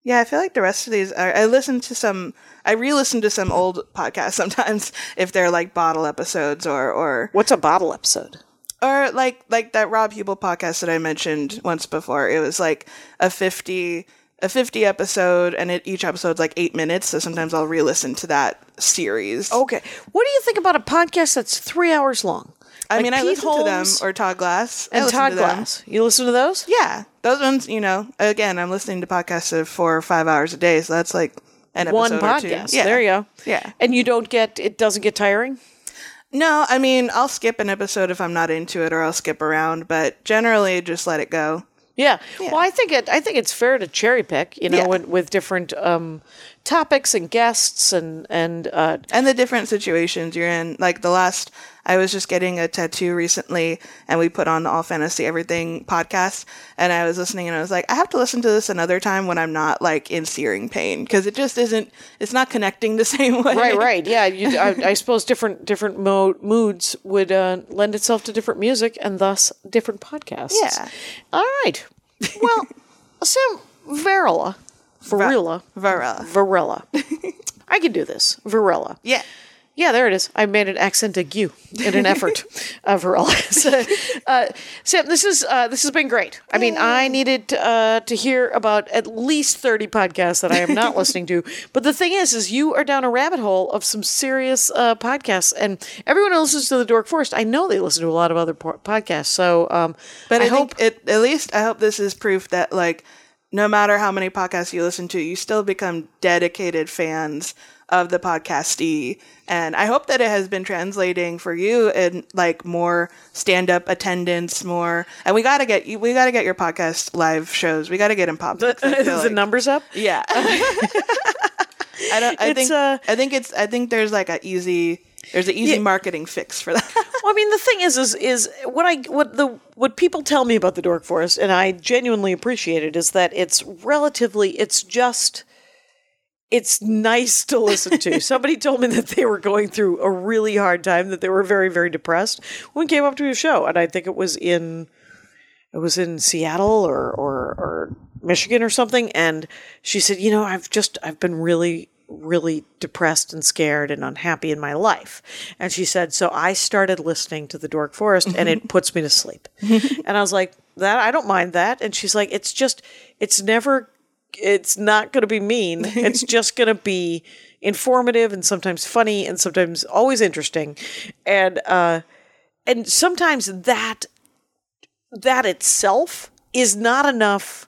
[SPEAKER 2] yeah, I feel like the rest of these are. I listened to some. I re-listen to some old podcasts sometimes if they're like bottle episodes or or
[SPEAKER 1] What's a bottle episode?
[SPEAKER 2] or like like that Rob Hubel podcast that I mentioned once before. It was like a fifty a fifty episode, and it, each episode's like eight minutes. So sometimes I'll re-listen to that series.
[SPEAKER 1] Oh, Okay, what do you think about a podcast that's three hours long?
[SPEAKER 2] I mean, I
[SPEAKER 1] Pete
[SPEAKER 2] listen to them
[SPEAKER 1] Holmes
[SPEAKER 2] or Todd Glass I
[SPEAKER 1] and
[SPEAKER 2] listen
[SPEAKER 1] Todd
[SPEAKER 2] to them.
[SPEAKER 1] Glass. You listen to those?
[SPEAKER 2] Yeah, those ones. You know, again, I'm listening to podcasts of four or five hours a day, so that's like an
[SPEAKER 1] One
[SPEAKER 2] episode or two.
[SPEAKER 1] podcast. There you go.
[SPEAKER 2] Yeah.
[SPEAKER 1] And you don't get it doesn't get tiring?
[SPEAKER 2] No, I mean, I'll skip an episode if I'm not into it, or I'll skip around. But generally, just let it go.
[SPEAKER 1] Yeah. Well, I think it. I think it's fair to cherry pick, you know,
[SPEAKER 2] Yeah.
[SPEAKER 1] with, with different um, topics and guests and and uh,
[SPEAKER 2] and the different situations you're in. Like the last, I was just getting a tattoo recently, and we put on the All Fantasy Everything podcast, and I was listening, and I was like, I have to listen to this another time when I'm not like in searing pain because it just isn't. It's not connecting the same way.
[SPEAKER 1] right, right. Yeah. You, I, I suppose different different mo- moods would uh, lend itself to different music and thus different podcasts.
[SPEAKER 2] Yeah.
[SPEAKER 1] All right. Well, Sam Varela, Varela,
[SPEAKER 2] Varela.
[SPEAKER 1] Varela. I can do this. Varela.
[SPEAKER 2] Yeah.
[SPEAKER 1] Yeah, there it is. I made an accent aigu in an effort of her all. So, uh, Sam, this is uh, this has been great. I mean, I needed uh, to hear about at least thirty podcasts that I am not listening to. But the thing is, is you are down a rabbit hole of some serious uh, podcasts, and everyone who listens to the Dork Forest, I know they listen to a lot of other po- podcasts. So, um,
[SPEAKER 2] But I,
[SPEAKER 1] I, hope
[SPEAKER 2] think it, at least I hope this is proof that like no matter how many podcasts you listen to, you still become dedicated fans of the podcastee. And I hope that it has been translating for you in like more stand up attendance, more. And we gotta get you. We gotta get your podcast live shows. We gotta get them popping. 'cause I feel
[SPEAKER 1] the
[SPEAKER 2] like-
[SPEAKER 1] numbers up.
[SPEAKER 2] Yeah. I don't. I
[SPEAKER 1] It's,
[SPEAKER 2] think.
[SPEAKER 1] uh,
[SPEAKER 2] I think it's. I think there's like a easy. There's an easy marketing fix for that.
[SPEAKER 1] Well, I mean, the thing is, is, is what I what the what people tell me about the Dork Forest, and I genuinely appreciate it, is that it's relatively, it's just, it's nice to listen to. Somebody told me that they were going through a really hard time, that they were very, very depressed when we came up to your show, and I think it was in it was in Seattle or, or or Michigan or something, and she said, you know, I've just I've been really really depressed and scared and unhappy in my life, and she said, so I started listening to the Dork Forest, and it puts me to sleep, and I was like, that I don't mind that, and she's like, it's just it's never it's not going to be mean. It's just going to be informative and sometimes funny and sometimes always interesting, and uh, and sometimes that that itself is not enough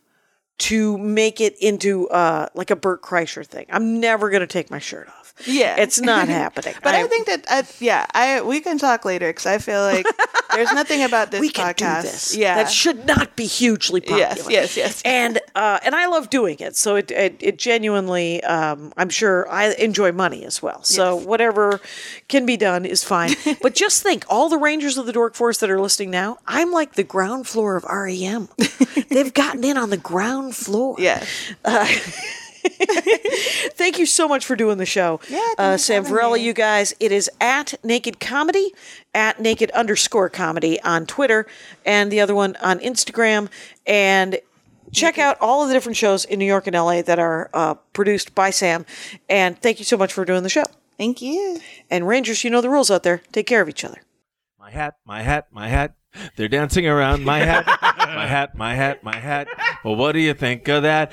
[SPEAKER 1] to make it into uh, like a Burt Kreischer thing. I'm never going to take my shirt off.
[SPEAKER 2] Yeah.
[SPEAKER 1] It's not happening.
[SPEAKER 2] But I, think that I, yeah, I we can talk later because I feel like there's nothing about this
[SPEAKER 1] we can
[SPEAKER 2] podcast.
[SPEAKER 1] do this.
[SPEAKER 2] Yeah,
[SPEAKER 1] that should not be hugely popular.
[SPEAKER 2] Yes, yes, yes.
[SPEAKER 1] And uh, and I love doing it. So it it, it genuinely, um, I'm sure I enjoy money as well. So whatever can be done is fine. but just think, all the Rangers of the Dork Force that are listening now, I'm like the ground floor of REM. They've gotten in on the ground floor.
[SPEAKER 2] yeah.
[SPEAKER 1] Thank you so much for doing the show.
[SPEAKER 2] Yeah, thank
[SPEAKER 1] uh,
[SPEAKER 2] you for
[SPEAKER 1] Sam
[SPEAKER 2] having
[SPEAKER 1] Varela,
[SPEAKER 2] me.
[SPEAKER 1] you guys. It is at Naked Comedy, at Naked underscore comedy on Twitter, and the other one on Instagram. And check out all of the different shows in New York and LA that are uh, produced by Sam. And thank you so much for doing the show.
[SPEAKER 2] Thank you.
[SPEAKER 1] And Rangers, you know the rules out there. Take care of each other.
[SPEAKER 3] My hat, my hat, my hat. They're dancing around my hat, my hat, my hat, my hat. Well, what do you think of that?